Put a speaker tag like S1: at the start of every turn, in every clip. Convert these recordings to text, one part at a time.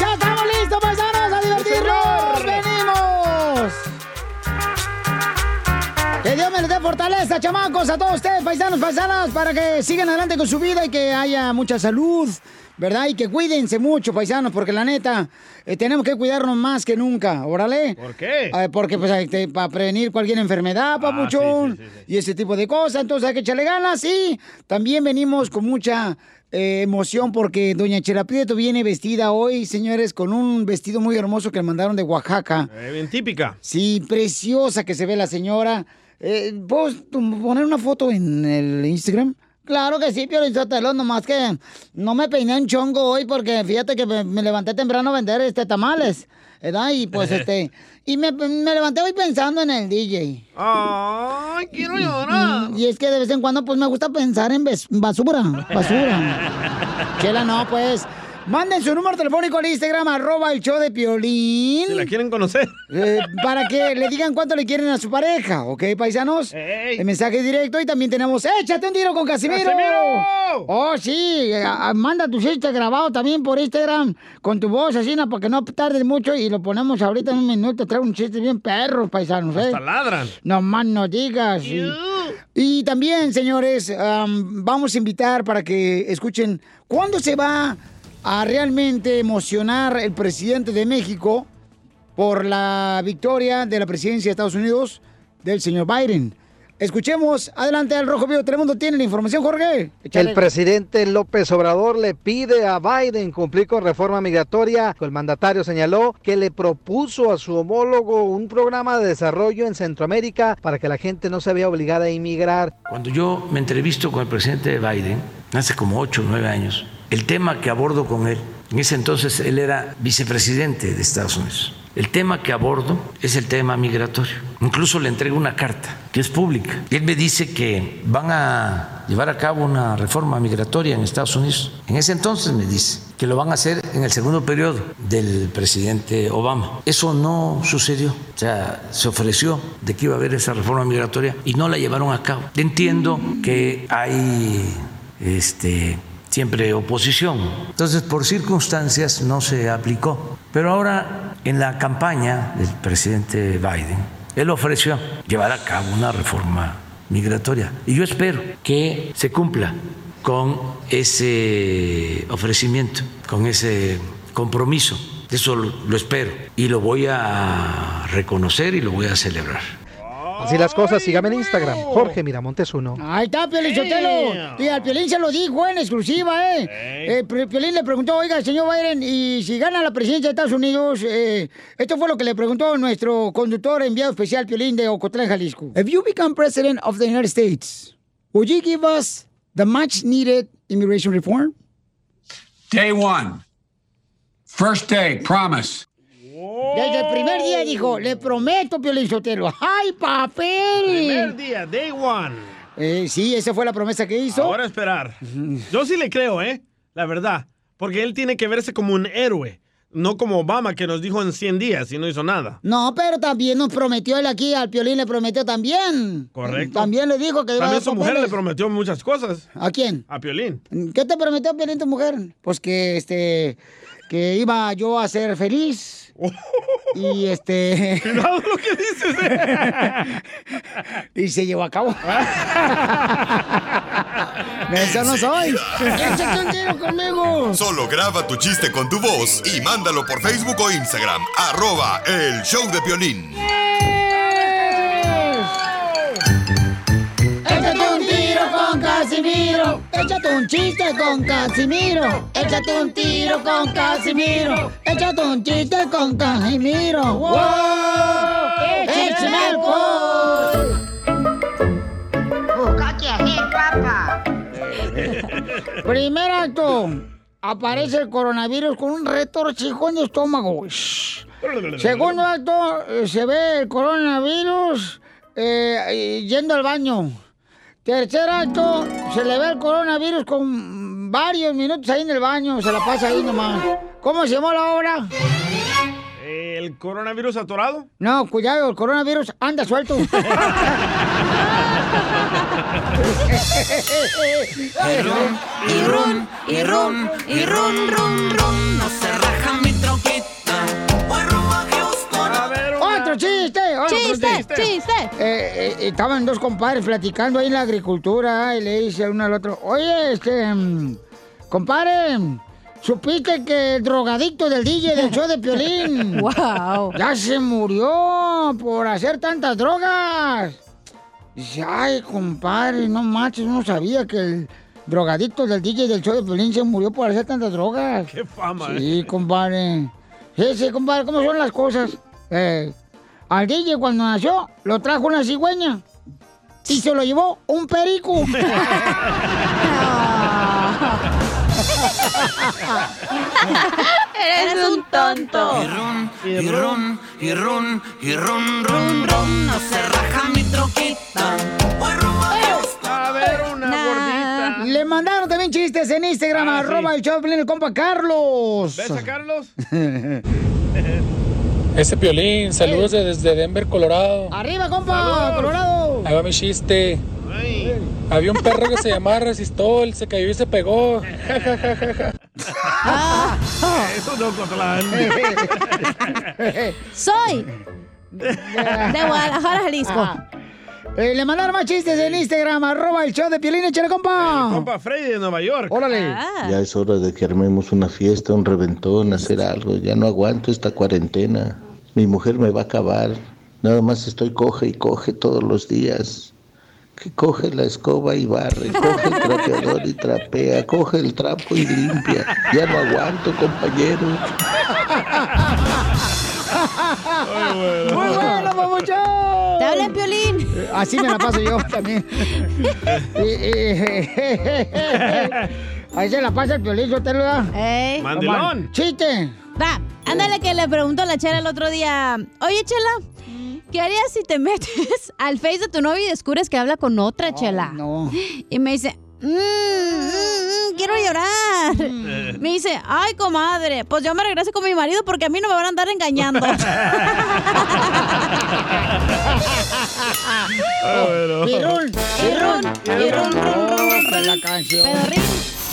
S1: ¡Ya estamos listos, paisanos! ¡A divertirnos! ¡Venimos! Que Dios me les dé fortaleza, chamacos, a todos ustedes, paisanos, paisanas, para que sigan adelante con su vida y que haya mucha salud, ¿verdad? Y que cuídense mucho, paisanos, porque la neta, eh, tenemos que cuidarnos más que nunca, órale.
S2: ¿Por qué? Ah,
S1: Eh, porque, pues, hay que- para prevenir cualquier enfermedad, papuchón, y ese tipo de cosas, entonces hay que echarle ganas y también venimos con mucha eh, emoción porque doña Chela Prieto viene vestida hoy, señores, con un vestido muy hermoso que le mandaron de Oaxaca.
S2: Eh, bien típica.
S1: Sí, preciosa que se ve la señora. Eh, ¿Puedo tu- poner una foto en el Instagram? Claro que sí, Piolín Sotelo, nomás que no me peiné un chongo hoy porque fíjate que me, me levanté temprano a vender este tamales, ¿verdad? Y pues este, y me, me levanté hoy pensando en el DJ. ¡Ay, quiero llorar! Y es que de vez en cuando pues me gusta pensar en bes- basura, basura. Chela, no, pues. Manden su número telefónico al Instagram, arroba el show de Piolín. Si la quieren conocer. para que le digan cuánto le quieren a su pareja, ¿ok, paisanos? El mensaje directo y también tenemos, échate un tiro con Casimiro.
S2: ¡Casimiro!
S1: Oh, sí, a- a- manda tus chistes grabados también por Instagram con tu voz, así, para que no tardes mucho y lo ponemos ahorita en un minuto. Trae un chiste bien perro, paisanos, ¿eh?
S2: Hasta ladran.
S1: No más no digas. Y, y también, señores, am, vamos a invitar para que escuchen cuándo se va a realmente emocionar el presidente de México por la victoria de la presidencia de Estados Unidos del señor Biden. Escuchemos, adelante al Rojo Vivo de Telemundo, tiene la información, Jorge. Échale.
S3: El presidente López Obrador le pide a Biden cumplir con reforma migratoria. El mandatario señaló que le propuso a su homólogo un programa de desarrollo en Centroamérica para que la gente no se vea obligada a inmigrar.
S4: Cuando yo me entrevisto con el presidente Biden, hace como ocho o nueve años, el tema que abordo con él, en ese entonces él era vicepresidente de Estados Unidos, el tema que abordo es el tema migratorio. Incluso le entrego una carta que es pública. Y él me dice que van a llevar a cabo una reforma migratoria en Estados Unidos. En ese entonces me dice que lo van a hacer en el segundo periodo del presidente Obama. Eso no sucedió. O sea, se ofreció de que iba a haber esa reforma migratoria y no la llevaron a cabo. Entiendo que hay este, siempre oposición. Entonces, por circunstancias no se aplicó. Pero ahora, en la campaña del presidente Biden, él ofreció llevar a cabo una reforma migratoria. Y yo espero que se cumpla con ese ofrecimiento, con ese compromiso. Eso lo, lo espero y lo voy a reconocer y lo voy a celebrar.
S3: Así las cosas, sígame en Instagram, Jorge Miramontes 1.
S1: Ahí está, Piolín Sotelo. Y al Piolín se lo dijo en exclusiva, ¿eh? Eh, Pri- Piolín le preguntó, oiga, señor Biden, y si gana la presidencia de Estados Unidos, eh, esto fue lo que le preguntó nuestro conductor enviado especial, Piolín, de Ocotlán, Jalisco. If you become president of the United States, would you give us the much needed immigration reform?
S5: Day one. First day, promise.
S1: Desde el primer día
S2: Oh.
S1: dijo, le prometo, Piolín Sotelo. ¡Ay, papel!
S2: Primer día, day one.
S1: Eh, sí, esa fue la promesa que hizo.
S2: Ahora a esperar. Yo sí le creo, ¿eh? La verdad. Porque él tiene que verse como un héroe. No como Obama que nos dijo en 100 días y no hizo nada.
S1: No, pero también nos prometió él aquí, al Piolín le prometió también.
S2: Correcto.
S1: También le dijo que iba a
S2: También
S1: dar
S2: su mujer le
S1: papeles.
S2: prometió muchas cosas.
S1: ¿A quién?
S2: A Piolín.
S1: ¿Qué te prometió Piolín tu mujer? Pues que este que iba yo a ser feliz. Y este.
S2: Cuidado lo que dices. ¿eh?
S1: y se llevó a cabo. De eso no soy. Échate un tiro conmigo.
S6: Solo graba tu chiste con tu voz y mándalo por Facebook o Instagram. Arroba el show de violín.
S1: Échate un tiro con Casimiro. Échate un chiste con Casimiro. Échate un tiro con Casimiro. Échate un chiste con Casimiro. ¡Wow! ¡Échame alcohol!
S7: Busca qué hacer, papá.
S1: Primer acto. Aparece el coronavirus con un retorcijón de estómago. Shh. Segundo acto, eh, se ve el coronavirus eh, yendo al baño. Tercer acto, se le ve el coronavirus con varios minutos ahí en el baño, se la pasa ahí nomás. ¿Cómo se llamó la obra?
S2: ¿El coronavirus atorado?
S1: No, cuidado, el coronavirus anda suelto.
S7: Y rum, y rum, y rum, y rum, rum, rum. No se raja mi troquita. Voy rumbo a Houston.
S1: ¡Otro chiste! otro
S7: Chiste, chiste.
S1: Eh, eh, estaban dos compadres platicando ahí en la agricultura y le dice uno al otro, oye, este, mm, compadre, supiste que el drogadicto del DJ del show de Piolín
S7: Wow.
S1: ya se murió por hacer tantas drogas. Dice, ay, compadre, no manches, no sabía que el drogadicto del DJ del show de Piolín se murió por hacer tantas drogas.
S2: Qué fama, ¿eh?
S1: Sí, compadre. Sí, sí, compadre, ¿cómo son las cosas? Eh, al DJ cuando nació, lo trajo una cigüeña. Y se lo llevó un perico.
S7: Eres un tonto. Y rum, y rum, y rum, y rum, rum, rum. No se raja mi troquita. Voy rumbo a Houston. A ver una gordita.
S1: Le mandaron también chistes en Instagram,
S2: Ah, sí.
S1: arroba el Choplin, el compa Carlos.
S2: ¿Ves a Carlos?
S8: Este Piolín, saludos desde Denver, Colorado.
S1: Arriba, compa, Colorado.
S8: Ahí va mi chiste. Había un perro que se llamaba Resistol, se cayó y se pegó. Ja, ja, ja, ja, ja.
S1: Ah,
S2: Eso no Cotlán.
S9: Soy de Guadalajara, Jalisco.
S1: Eh, le mandaron más chistes en Instagram, arroba el show de Piolín, échale, compa.
S2: Compa Freddy de Nueva York.
S1: Órale.
S10: Ah.
S11: Ya es hora de que armemos una fiesta, un reventón, hacer algo. Ya no aguanto esta cuarentena. Mi mujer me va a acabar. Nada más estoy coge y coge todos los días. Que coge la escoba y barre, coge el trapeador y trapea, coge el trapo y limpia. Ya no aguanto, compañero.
S1: Muy bueno, papuchón.
S9: Te hablan, Piolín.
S1: Eh, Así me la paso yo también. Y- y- Ahí se la pasa el piolín, yo te lo da.
S9: Ey.
S2: Mandelón.
S1: Chiste.
S9: Va, ándale que le preguntó a la Chela el otro día. Oye,
S7: Mm.
S9: Chela, ¿qué harías si te metes al Face de tu novio y descubres que habla con otra Chela?
S1: No.
S9: Y me dice, "Mm, mm, mm, quiero llorar. Me dice, ay, comadre, pues yo me regreso con mi marido porque a mí no me van a andar engañando.
S1: Pirul, pirul, pirul, la canción.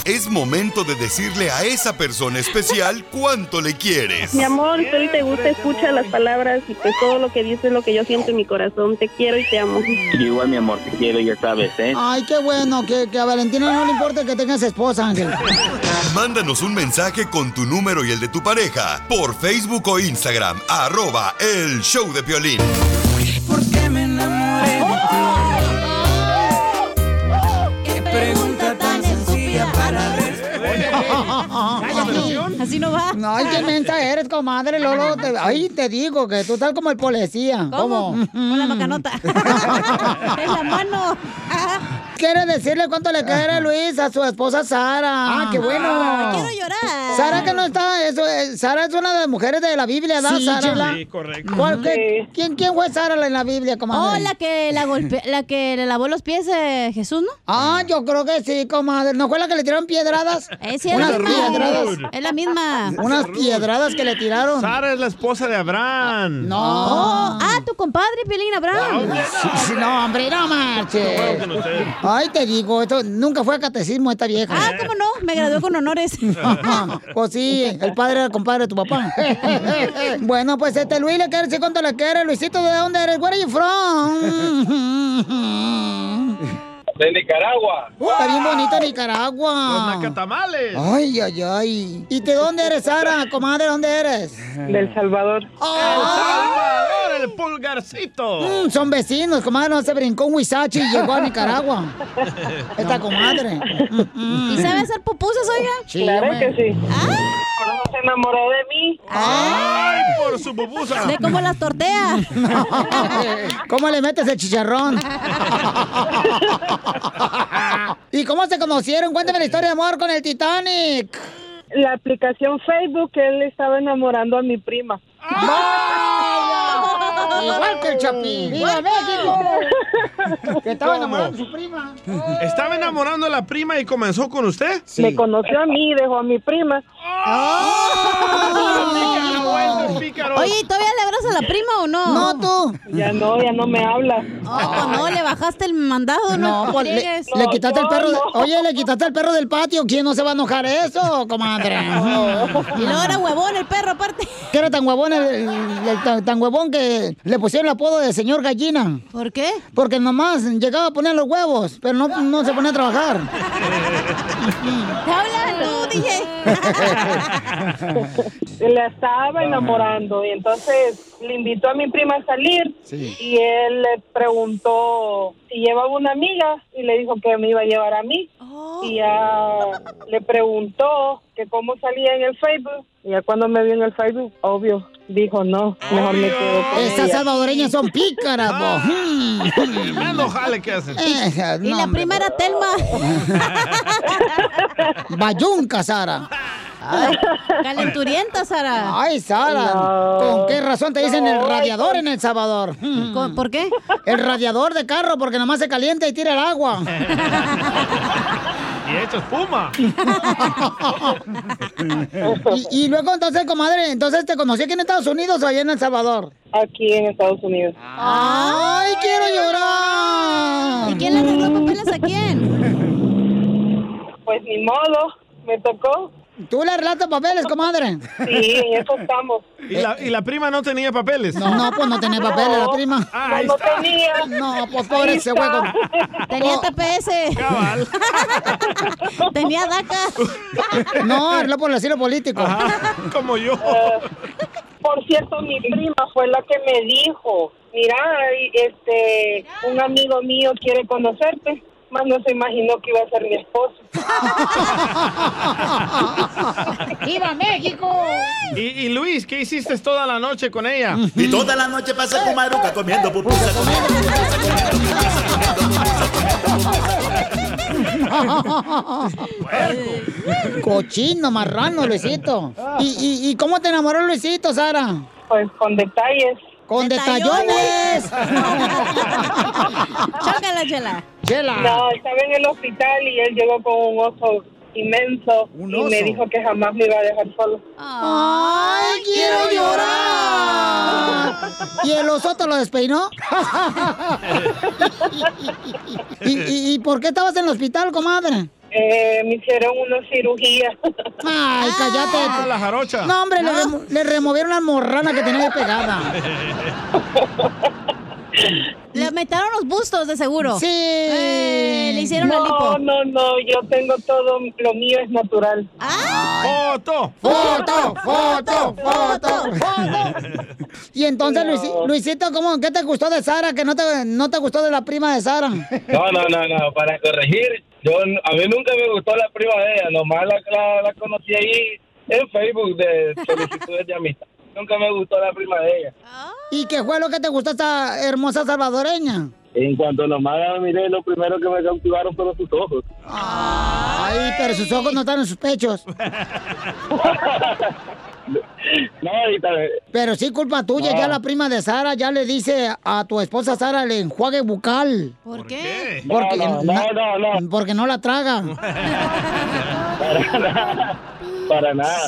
S6: Es momento de decirle a esa persona especial cuánto le quieres.
S12: Mi amor, si hoy te gusta, escucha las palabras y pues todo lo que dices es lo que yo siento en mi corazón. Te quiero y te amo.
S13: Igual, mi amor, te quiero, ya sabes, ¿eh?
S1: Ay, qué bueno, que, que a Valentina no le importa que tengas esposa, Ángel.
S6: Mándanos un mensaje con tu número y el de tu pareja por Facebook o Instagram, arroba el show de violín.
S7: Qué pregunta tan sencilla para
S1: Cállate.
S9: Así no va.
S1: No, ay, qué menta eres, comadre Lolo. Te- ay, te digo que tú estás como el policía.
S9: ¿Cómo? Con la macanota. en la mano.
S1: Quiere decirle cuánto le quiere Luis a su esposa Sara. Ah, qué bueno.
S9: Ay, quiero llorar.
S1: Sara que no está, eso, eh, Sara es una de las mujeres de la Biblia, ¿da,
S9: Sí,
S1: Sara?
S9: Chela.
S2: Sí, correcto.
S1: ¿Cuál- qué- quién, ¿Quién fue Sara en la Biblia,
S9: Oh,
S1: comadre?
S9: la que, la, golpe- la que le lavó los pies eh, Jesús, ¿no?
S1: Ah, yo creo que sí, comadre. ¿No fue la que le tiraron piedradas?
S9: Es, sí, es
S1: Unas
S9: la misma.
S1: piedradas.
S9: Es la misma.
S1: Unas piedradas que le tiraron.
S2: Sara es la esposa de Abraham.
S1: No.
S9: Oh, ah, tu ah, compadre, Piolín Abraham.
S1: Sí, sí, no, hombre, no
S2: Qué bueno
S1: marches.
S2: con ustedes.
S1: Ay, te digo, esto nunca fue a catecismo esta vieja.
S9: Ah, ¿cómo no? Me gradué con honores.
S1: pues sí, el padre era compadre de tu papá. bueno, pues este Luis le quiere decir cuánto le quiere. Luisito, ¿de dónde eres? Where are you from?
S10: De Nicaragua.
S1: Uh, está bien bonito Nicaragua.
S2: Los nacatamales.
S1: Ay, ay, ay. ¿Y de dónde eres, Sara? Comadre, ¿dónde eres?
S10: Del Salvador.
S2: Salvador, el pulgarcito.
S1: Mm, son vecinos, comadre. No se brincó un huizachi y llegó a Nicaragua. Esta comadre.
S9: ¿Y sabe hacer pupusas, oiga? Ah.
S10: claro que Mm. sí. Por eso se enamoró de mí.
S2: ¡Ay, por su pupusa!
S9: ¿De cómo las tortea?
S1: ¿Cómo le metes el chicharrón? ¿Y cómo se conocieron? Cuéntame la historia de amor con el Titanic.
S10: La aplicación Facebook, él estaba enamorando a mi prima.
S1: Igual que el Chapín. ¡Viva México! Que estaba
S2: ¿Cómo?
S1: enamorado de su prima.
S2: ¿Estaba enamorando a la prima y comenzó con usted?
S10: Me conoció a mí y dejó a mi prima.
S2: ¡Ah!
S9: Oye, ¿y todavía le abrazas a la prima o no?
S1: No, tú.
S10: Ya no, ya no me habla.
S9: Oh, no, le bajaste el mandado, no.
S1: No, pues le,
S9: friegues.
S1: le quitaste
S9: Oh,
S1: el perro. de- Oye, le quitaste el perro del patio. ¿Quién no se va a enojar eso, comadre?
S9: Y luego era huevón el perro, aparte.
S1: Que era tan huevón, el, el- el tan, tan huevón que le pusieron el apodo de señor gallina.
S9: ¿Por qué?
S1: Porque nomás llegaba a poner los huevos, pero no, no se ponía a trabajar.
S9: Te hablas tú, dije.
S10: La estaba enamorando y entonces le invitó a mi prima a salir
S7: Sí.
S10: y él le preguntó si llevaba una amiga y le dijo que me iba a llevar a mí y ya le preguntó que cómo salía en el Facebook y ya cuando me vio en el Facebook, obvio, dijo no, mejor me quedo con
S1: Estas
S10: ella".
S1: salvadoreñas son pícaras, bo.
S2: Tremendo jale que hacen.
S1: Eh,
S9: Y
S1: no,
S9: la
S1: hombre.
S9: prima era Telma.
S1: Bayunca, Sara. Ay,
S9: Calenturienta, Sara.
S1: Ay, Sara.
S9: No.
S1: ¿Con qué razón te dicen el
S9: No,
S1: radiador en El Salvador?
S9: ¿Por qué?
S1: El radiador de carro, porque nomás se calienta y tira el agua.
S2: Y hecho espuma.
S1: y, y luego entonces, comadre, entonces te conocí aquí en Estados Unidos o allá en El Salvador.
S10: Aquí en Estados Unidos.
S1: ¡Ay, quiero llorar!
S9: ¿Y quién le arregló papeles a quién?
S10: Pues ni modo, me tocó.
S1: ¿Tú le arreglaste papeles, comadre?
S10: Sí, en eso estamos.
S2: ¿Y la, y la prima no tenía papeles.
S1: No, no, pues no tenía papeles la prima.
S2: Ah, ahí está.
S1: No, pues pobre
S2: Ahí
S1: ese
S2: está.
S1: hueco.
S9: Tenía TPS.
S2: Cabal.
S9: Tenía DACA.
S1: No, arregló por el asilo político.
S2: Como yo.
S10: Eh, Por cierto, mi prima fue la que me dijo, mira, este, un amigo mío quiere conocerte, más no se imaginó que iba a ser mi esposo.
S1: ¡Viva México!
S2: Y, y Luis, ¿qué hiciste toda la noche con ella?
S14: Y toda la noche pasa con Maruca comiendo pupusa, comiendo pupusa, comiendo pupusa, comiendo pupusa, comiendo
S1: Cochino, marrano, Luisito. ¿Y, y, y cómo te enamoró Luisito, Sara?
S10: Pues con detalles.
S1: ¡Con detallones!
S9: Chócala, chela.
S1: Chela.
S10: No, estaba en el hospital y él llegó con un oso inmenso y me
S1: oso?
S10: dijo que jamás me iba a dejar solo.
S1: ¡Ay, quiero llorar! ¿Y el osote lo despeinó? ¿Y, y, y por qué estabas en el hospital, comadre?
S10: Eh, me hicieron una cirugía.
S1: Ay, cállate.
S2: Ah, la jarocha.
S1: No, hombre, Le, remo- le removieron la morrana que tenía ahí pegada.
S9: Le metieron los bustos, de seguro.
S1: Sí.
S9: Eh, le hicieron la
S10: No,
S9: lipo.
S10: no, no, yo tengo todo, lo mío es natural.
S1: Oh,
S2: ¡Foto!
S1: ¡Foto! ¡Foto! ¡Foto! Y entonces, Luisi- Luisito, ¿cómo, ¿qué te gustó de Sara? Que no te, no te gustó de la prima de Sara.
S15: No, no, no, no, para corregir, yo, a mí nunca me gustó la prima de ella, nomás la, la, la conocí ahí en Facebook de solicitudes de amistad. Nunca me gustó la prima de ella.
S1: ¿Y qué fue lo que te gustó esta hermosa salvadoreña?
S15: En cuanto nomás la miré, lo primero que me cautivaron fueron sus ojos.
S1: Ay, pero sus ojos no están en sus pechos.
S15: No, y tal-
S1: Pero sí, culpa tuya,
S15: No.
S1: ya la prima de Sara ya le dice a tu esposa Sara el enjuague bucal.
S9: ¿Por qué?
S1: Porque
S15: No, no, no, no, no.
S1: Porque no la traga.
S15: para nada, para nada.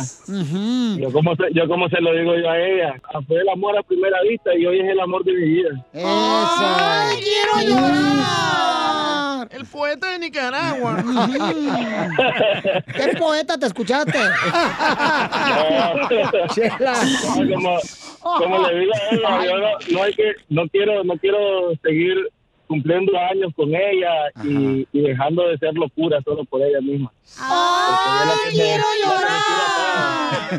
S15: Yo como, se- yo como se lo digo yo a ella, "Ah, fue el amor a primera vista y hoy es el amor de mi vida.
S1: ¡Ay, quiero llorar! amor.
S2: El poeta de Nicaragua.
S1: ¿Qué poeta te escuchaste? Ah. Chela.
S15: No, como, como le digo a ella, yo no, no hay que, no quiero, no quiero seguir cumpliendo años con ella y, y dejando de ser locura solo por ella misma.
S1: ¡Ay, quiero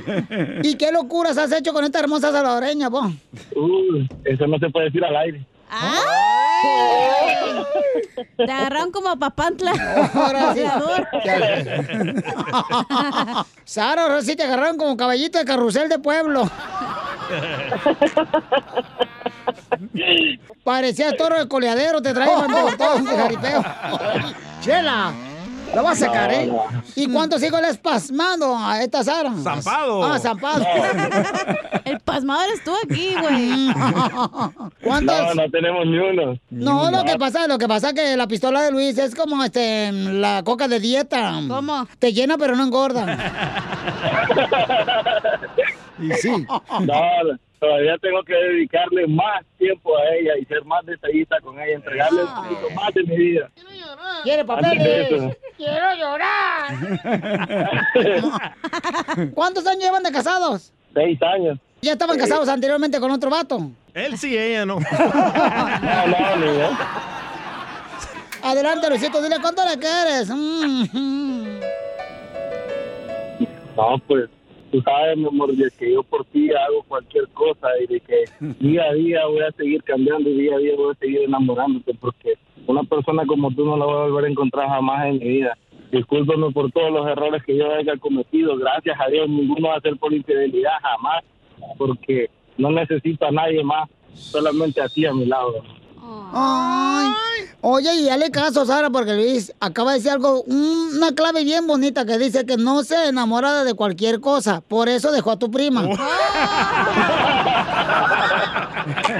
S1: llorar! ¿Y qué locuras has hecho con esta hermosa salvadoreña, vos?
S15: Uh, eso no se puede decir al aire.
S9: Te agarraron como a papantla.
S1: Ahora sí.
S9: Boxeador.
S1: Sara, ahora sí te agarraron como caballito de carrusel de pueblo. Parecía toro de coleadero, te traían por todos de jaripeo. Chela, la vas a sacar, ¿eh?
S7: No,
S1: ¿Y cuántos hijos le has pasmado a esta Sara?
S7: Zampado.
S1: Ah, zampado. El pasmado eres tú aquí, güey. ¿Cuántos?
S15: No, no tenemos ni uno.
S1: No, lo que pasa, lo que pasa que la pistola de Luis es como este la coca de dieta. ¿Cómo? Te llena pero no engorda.
S15: Y sí. No, todavía tengo que dedicarle más tiempo a ella y ser más detallista con ella, entregarle un poquito más de mi vida.
S1: Quiere
S15: Antes de
S1: papeles.
S15: eso.
S1: Quiero llorar. ¿Cuántos años llevan de casados?
S15: Seis años.
S1: Ya estaban casados anteriormente con otro vato.
S2: Él sí, ella no.
S15: No, no, ni idea.
S1: Adelante, Luisito, dile cuánto le quieres. Mm.
S15: No, pues tú sabes, mi amor, de que yo por ti hago cualquier cosa y de que día a día voy a seguir cambiando y día a día voy a seguir enamorándote porque una persona como tú no la voy a volver a encontrar jamás en mi vida. Discúlpame por todos los errores que yo haya cometido. Gracias a Dios, ninguno va a ser por infidelidad jamás porque no necesito a nadie más, solamente a ti a mi lado.
S1: Ay. Oye, y hazle caso, Sara, porque Luis acaba de decir algo, un- una clave bien bonita que dice que no se enamora de cualquier cosa. Por eso dejó a tu prima.
S9: Oh.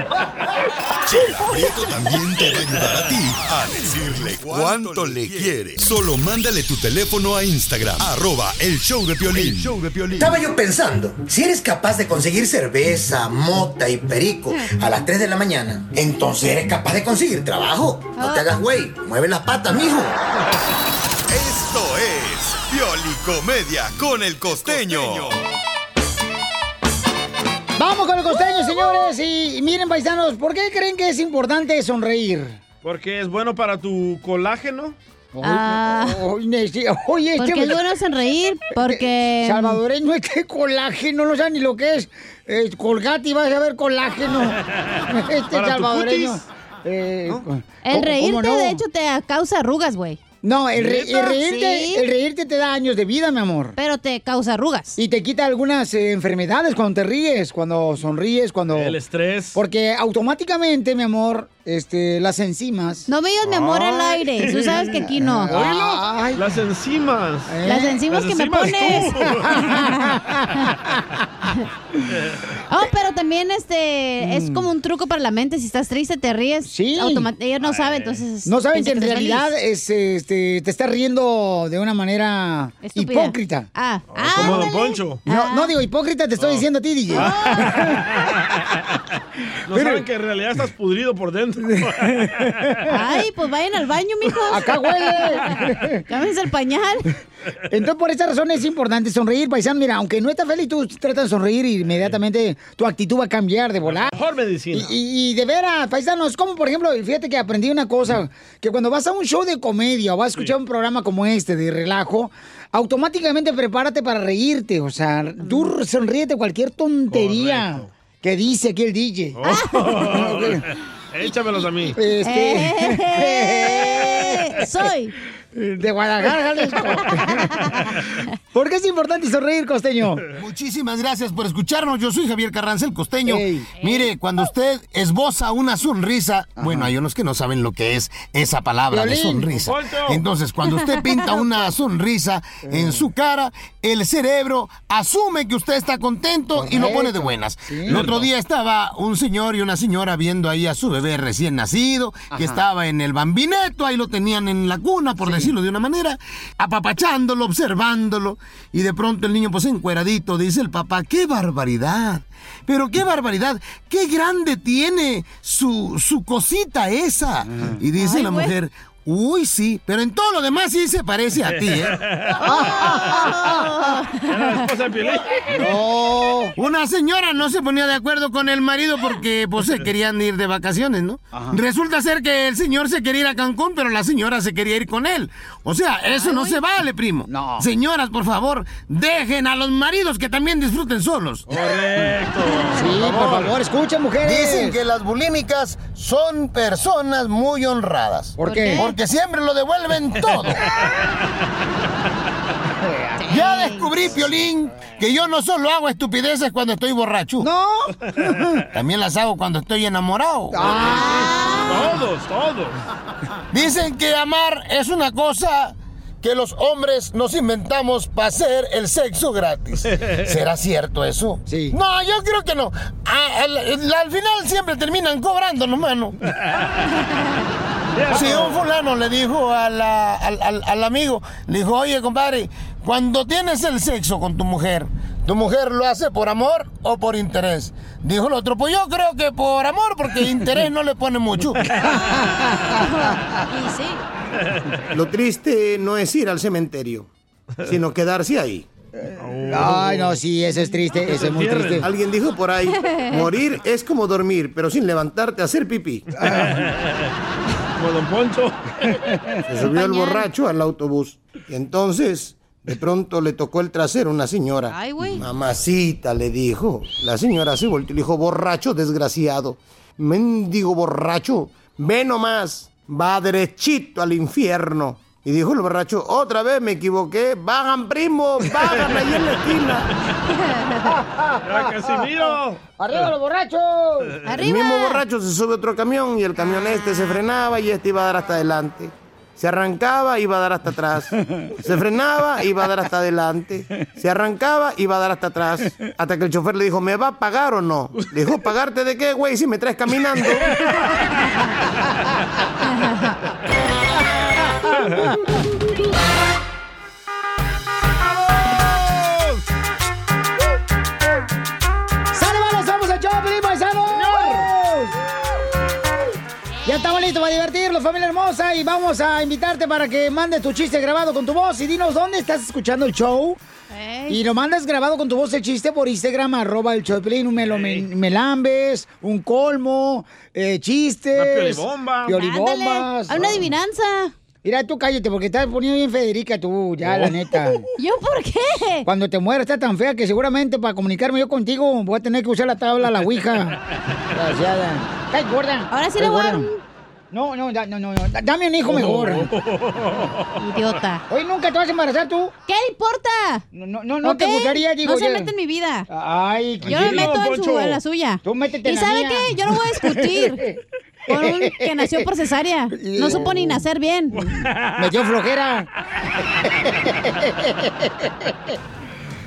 S6: Chela Prieto también te va a ayudar a ti a decirle cuánto le quiere. Solo mándale tu teléfono a Instagram, arroba el show de Piolín.
S16: Estaba yo pensando, si eres capaz de conseguir cerveza, mota y perico a las 3 de la mañana, entonces eres capaz de conseguir trabajo. No te hagas güey, mueve las patas, mijo.
S6: Esto es Pioli Comedia con el costeño.
S1: Vamos con el costeño, señores. Y, y miren, paisanos, ¿por qué creen que es importante sonreír?
S2: Porque es bueno para tu colágeno.
S1: Ah. Oye, este
S2: Porque es bueno
S1: sonreír, porque... Salvadoreño, este colágeno, no sabe ni lo que es. Eh, colgate y vas a ver colágeno. Este
S9: Para tu
S1: salvadoreño.
S9: cutis.
S1: Eh, co-
S9: El
S1: ¿cómo
S9: reírte,
S1: no?
S9: de hecho, te causa arrugas, güey.
S1: No, el, re- el reírte,
S9: Sí.
S1: el reírte te da años de vida, mi amor. Pero te causa arrugas. Y te quita algunas eh, enfermedades cuando te ríes, cuando sonríes, cuando... El
S2: estrés.
S1: Porque automáticamente, mi amor, este, las enzimas... No me digas,
S9: mi amor, al Ay. aire. Tú sabes que aquí no.
S2: Oílo, Las enzimas.
S9: Las
S1: ¿Eh?
S9: enzimas que me pones. Oh, pero también este es como un truco para la mente. Si estás triste, te ríes.
S1: Mm. Sí.
S9: automa- Ella no sabe, entonces.
S1: No saben que
S9: piensa
S1: en
S9: estás
S1: realidad
S9: feliz.
S1: es, este, te estás riendo de una manera
S9: Estúpida.
S1: hipócrita.
S9: Ah, ah,
S2: Como Don Poncho. Ah.
S1: No, no digo hipócrita, te estoy diciendo a ti, DJ.
S2: No saben que en realidad estás pudrido por dentro.
S9: Ay, pues vayan al baño, mijos.
S1: Acá huele.
S9: Cámbiense el pañal.
S1: Entonces, por esa razón es importante sonreír, paisano. Mira, aunque no estás feliz, tú tratas de sonreír y inmediatamente tu actitud va a cambiar de volar.
S2: Mejor medicina.
S1: Y, y- y de veras, paisanos, como por ejemplo, fíjate que aprendí una cosa, que cuando vas a un show de comedia o vas a escuchar un programa como este de relajo, automáticamente prepárate para reírte. O sea, tú sonríete cualquier tontería que dice aquí el DJ.
S2: Oh, Échamelos a mí.
S9: Eh.
S1: Este...
S9: Soy.
S1: De Guadalajara, Jalisco. ¿Por qué es importante sonreír, costeño?
S17: Muchísimas gracias por escucharnos. Yo soy Javier Carranza, el costeño. Mire, cuando usted esboza una sonrisa, bueno, hay unos que no saben lo que es esa palabra de
S18: Violín.
S17: sonrisa.
S18: Poncho.
S17: Entonces, cuando usted pinta una sonrisa en su cara, el cerebro asume que usted está contento y lo pone de
S18: Correcto.
S17: buenas.
S18: Sí.
S17: El otro día estaba un señor y una señora viendo ahí a su bebé recién nacido,
S18: Ajá.
S17: que estaba en el bambineto, ahí lo tenían en la cuna, por decirlo de una manera, apapachándolo, observándolo, y de pronto el niño pues encueradito, dice el papá, qué barbaridad, pero qué barbaridad, qué grande tiene su, su cosita esa. Y dice
S18: Ay,
S17: la
S18: güey.
S17: mujer, Uy, sí, pero en todo lo demás sí se parece a ti, ¿eh? No. Una señora no se ponía de acuerdo con el marido porque pues se querían ir de vacaciones, ¿no?
S7: Ajá.
S17: Resulta ser que el señor se quería ir a Cancún, pero la señora se quería ir con él. O sea, eso no se vale, primo. No. Señoras, por favor, dejen a los maridos que también disfruten solos.
S2: Correcto.
S17: Sí, por favor,
S1: escuchen, mujeres.
S17: Dicen
S1: que
S17: las bulímicas son personas muy honradas.
S1: ¿Por qué?
S17: Porque siempre lo devuelven todo. Ya descubrí, Piolín, que yo no solo hago estupideces cuando estoy borracho. No. También las hago cuando estoy enamorado.
S1: Ah.
S2: Todos, todos.
S17: Dicen que amar es una cosa que los hombres nos inventamos para hacer el sexo gratis. ¿Será cierto eso? Sí. No, yo creo que no. A- al, al final siempre terminan cobrándonos, mano. Si un fulano le dijo a la- al, al- al amigo, le dijo, oye, compadre, cuando tienes el sexo con tu mujer, ¿tu mujer lo hace por amor o por interés? Dijo el otro, pues yo creo que por amor, porque interés no le pone mucho.
S9: Y sí.
S18: Lo triste no es ir al cementerio, sino quedarse ahí.
S1: Ay, no, sí, eso es triste, eso es muy triste.
S18: Alguien dijo por ahí, morir es como dormir, pero sin levantarte a hacer pipí.
S2: Como don Poncho.
S18: Se subió el borracho al autobús. Y entonces, de pronto le tocó el trasero a una señora.
S9: Ay, güey.
S18: Mamacita, le dijo. La señora se volteó y le dijo, borracho desgraciado. Mendigo borracho, ve nomás, va derechito al infierno. Y dijo el borracho, otra vez me equivoqué, bajan primo, bajan ahí en la esquina.
S2: Ya, Casimiro.
S1: ¡Arriba los borrachos!
S18: El mismo borracho se sube a otro camión y el camión este se frenaba y este iba a dar hasta adelante. Se arrancaba, iba a dar hasta atrás. Se frenaba, iba a dar hasta adelante. Se arrancaba, iba a dar hasta atrás. Hasta que el chofer le dijo, ¿me va a pagar o no? Le dijo, ¿pagarte de qué, güey, si me traes caminando?
S2: Oh.
S1: ¡Sale, vamos! ¡Somos el show, Pelín Paisanos! Ya estamos listos para divertirnos, familia hermosa, y vamos a invitarte para que mandes tu chiste grabado con tu voz y dinos dónde estás escuchando el show. Y lo mandas grabado con tu voz el chiste por Instagram, arroba el show de Pelín, un melo- me- melambes, un colmo, eh, chistes.
S9: Una piolibomba.
S1: Piolibombas.
S9: Ándale, a una adivinanza.
S1: Mira, tú cállate, porque estás poniendo bien Federica tú, ya, la neta.
S9: ¿Yo por qué?
S1: Cuando te mueras está tan fea que seguramente para comunicarme yo contigo voy a tener que usar la tabla, la ouija. Desgraciada. ¡Cállate, gorda!
S9: Ahora sí
S1: Ay,
S9: le voy a dar
S1: gorda.
S9: un-
S1: No, no, da- no, no, no. Da- Dame un hijo mejor.
S9: Idiota.
S1: Hoy nunca te vas a embarazar tú.
S9: ¿Qué le importa?
S1: No, no, no, no te
S9: ¿Ok?
S1: gustaría, digo.
S9: No se
S1: ya.
S9: mete en mi vida.
S1: Ay,
S9: Yo me meto en, su,
S1: Poncho.
S9: en la suya.
S1: Tú métete
S9: ¿Y
S1: en la
S9: sabe
S1: mía.
S9: qué? Yo no voy a discutir con un que nació por cesárea. No supo ni nacer bien.
S1: Me dio flojera.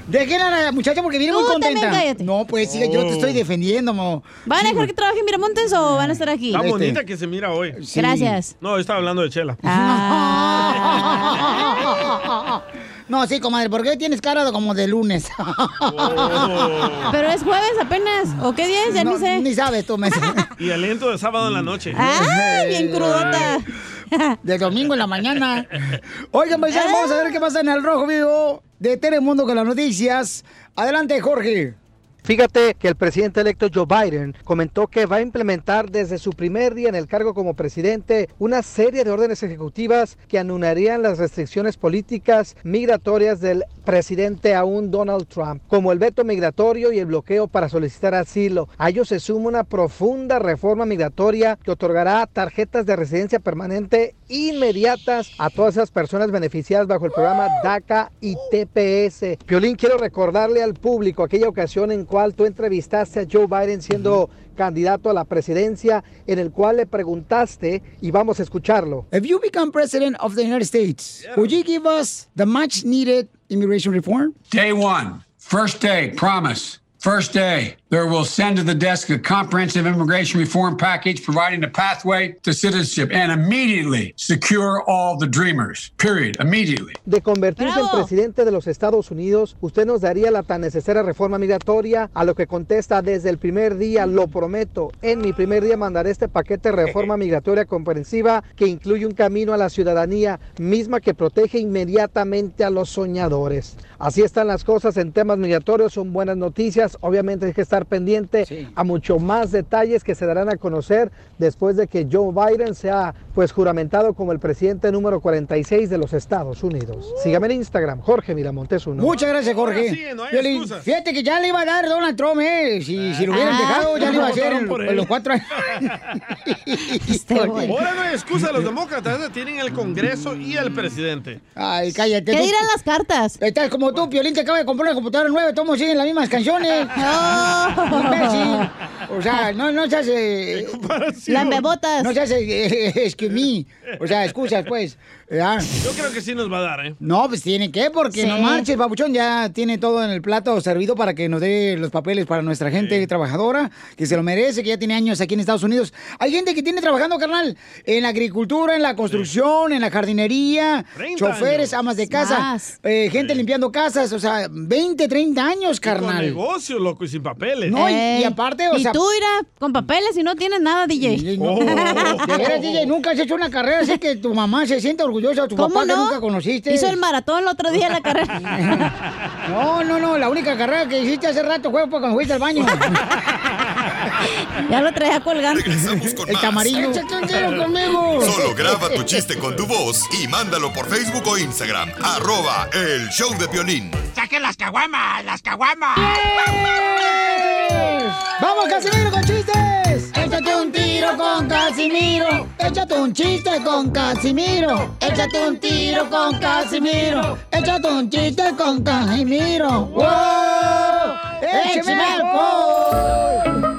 S1: Dejen a la muchacha porque viene
S9: Tú
S1: muy
S9: también
S1: contenta.
S9: cállate.
S1: No, pues sí, yo te estoy defendiendo, mo.
S9: ¿Van a dejar que trabaje en Miramontes o van a estar aquí?
S2: Está bonita que se mira hoy.
S9: Este. Sí. Gracias. Ah.
S2: No, yo estaba hablando de Chela.
S1: No, sí, comadre, ¿por qué tienes cara de- como de lunes?
S9: Pero es jueves apenas. ¿O qué día es? Ya
S1: No,
S9: ni sé.
S1: Ni sabes tú, me
S2: Y aliento de sábado en la noche.
S9: ¡Ay, Ah, bien crudota!
S1: De domingo en la mañana. Oigan, paisanos, vamos a ver qué pasa en el Rojo Vivo de Telemundo con las noticias. Adelante, Jorge.
S3: Fíjate que el presidente electo Joe Biden comentó que va a implementar desde su primer día en el cargo como presidente una serie de órdenes ejecutivas que anularían las restricciones políticas migratorias del presidente aún Donald Trump, como el veto migratorio y el bloqueo para solicitar asilo. A ello se suma una profunda reforma migratoria que otorgará tarjetas de residencia permanente inmediatas a todas esas personas beneficiadas bajo el programa DACA y TPS. Piolín, quiero recordarle al público aquella ocasión en cual tú entrevistaste a Joe Biden siendo candidato a la presidencia, en el cual le preguntaste, y vamos a escucharlo.
S1: If you become president of the United States, would you give us the much needed immigration reform?
S5: Day one, first day, promise. First day. There will send to the desk a comprehensive immigration reform package providing a pathway to citizenship and immediately secure all the dreamers. Period. Immediately.
S3: de convertirse en presidente de los Estados Unidos, usted nos daría la tan necesaria reforma migratoria, a lo que contesta desde el primer día, lo prometo, en mi primer día mandaré este paquete de reforma migratoria comprensiva que incluye un camino a la ciudadanía misma que protege inmediatamente a los soñadores. Así están las cosas en temas migratorios, son buenas noticias, obviamente hay que estar pendiente a mucho más detalles que se darán a conocer después de que Joe Biden sea pues juramentado como el presidente número 46 de los Estados Unidos. Sígame en Instagram, Jorge Miramontes uno.
S1: Muchas gracias, Jorge.
S3: Ahora sí, no hay
S1: Piolín,
S3: excusas.
S1: fíjate que ya le iba a dar Donald Trump, ¿eh? Si, si lo hubieran
S2: Ah.
S1: dejado, ya le iba a hacer
S2: Votaron
S1: en,
S2: por
S1: en
S2: él.
S1: los cuatro años.
S9: Este
S1: Porque-
S2: Ahora no hay excusa, los demócratas tienen el Congreso y el presidente.
S1: Ay, cállate.
S2: ¿Qué
S1: tú.
S2: dirán
S9: las cartas?
S1: Estás como tú, Piolín, te acaba de comprar una computadora nueva, todos siguen las mismas canciones. Imbécil. O sea, no, no se hace...
S9: Lambebotas.
S1: No se hace... es que mí. O sea, excusas, pues. Ya.
S2: Yo creo que sí nos va a dar, ¿eh?
S1: No, pues tiene que, porque
S2: Sí.
S1: no marches, Babuchón ya tiene todo en el plato servido para que nos dé los papeles para nuestra gente trabajadora, que se lo merece, que ya tiene años aquí en Estados Unidos. Hay gente que tiene trabajando, carnal, en la agricultura, en la construcción, en la jardinería,
S7: 30
S1: choferes,
S7: años.
S1: amas de casa, eh, gente limpiando casas, o sea, 20, 30 años,
S2: Con
S1: carnal.
S2: negocios, loco, y sin papeles.
S9: Ey. Y tú irá con papeles y no tienes nada, DJ.
S1: De veras, DJ, nunca has hecho una carrera así que tu mamá se siente orgullosa, tu
S9: ¿Cómo
S1: papá que
S9: no?
S1: nunca conociste.
S9: Hizo el maratón el otro día en la carrera.
S1: No, no, no, la única carrera que hiciste hace rato fue pues, cuando fuiste al baño.
S9: ya lo traía colgando.
S1: El camarillo.
S9: Échate
S1: un tiro conmigo.
S6: Solo graba tu chiste con tu voz y mándalo por Facebook o Instagram. Arroba el show de Piolín.
S7: ¡Saquen las caguamas! ¡Las caguamas!
S1: ¡Vamos, Casimiro, con chistes! Échate un tiro con Casimiro. Échate un chiste con Casimiro. Échate un tiro con Casimiro. Échate un chiste con Casimiro. ¡Wow! ¡Échame alcohol!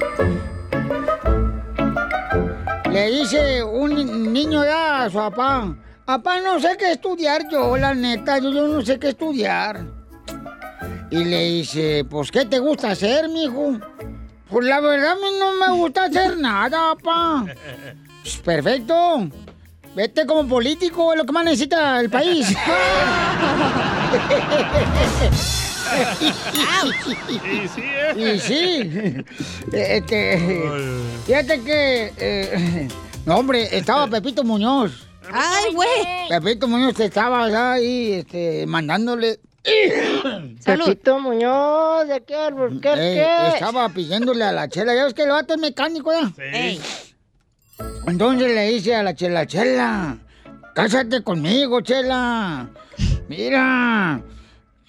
S1: Le dice un niño ya a su papá. Papá, no sé qué estudiar yo, la neta. Yo, yo no sé qué estudiar. Y le dice, pues, ¿qué te gusta hacer, mijo? Pues la verdad a mí no me gusta hacer nada, papá. Pues, Perfecto. Vete como político, es lo que más necesita el país.
S7: Y sí,
S1: Y sí. Este, fíjate que... eh, no, hombre, estaba Pepito Muñoz.
S9: ¡Ay, güey!
S1: Pepito Muñoz estaba ahí este, mandándole...
S19: Pepito Muñoz, de qué, ¿por qué,
S1: Eh, estaba pidiéndole a la chela, ya ves que el vato es mecánico, ¿ya? Entonces le dice a la chela, chela, cásate conmigo, chela. Mira,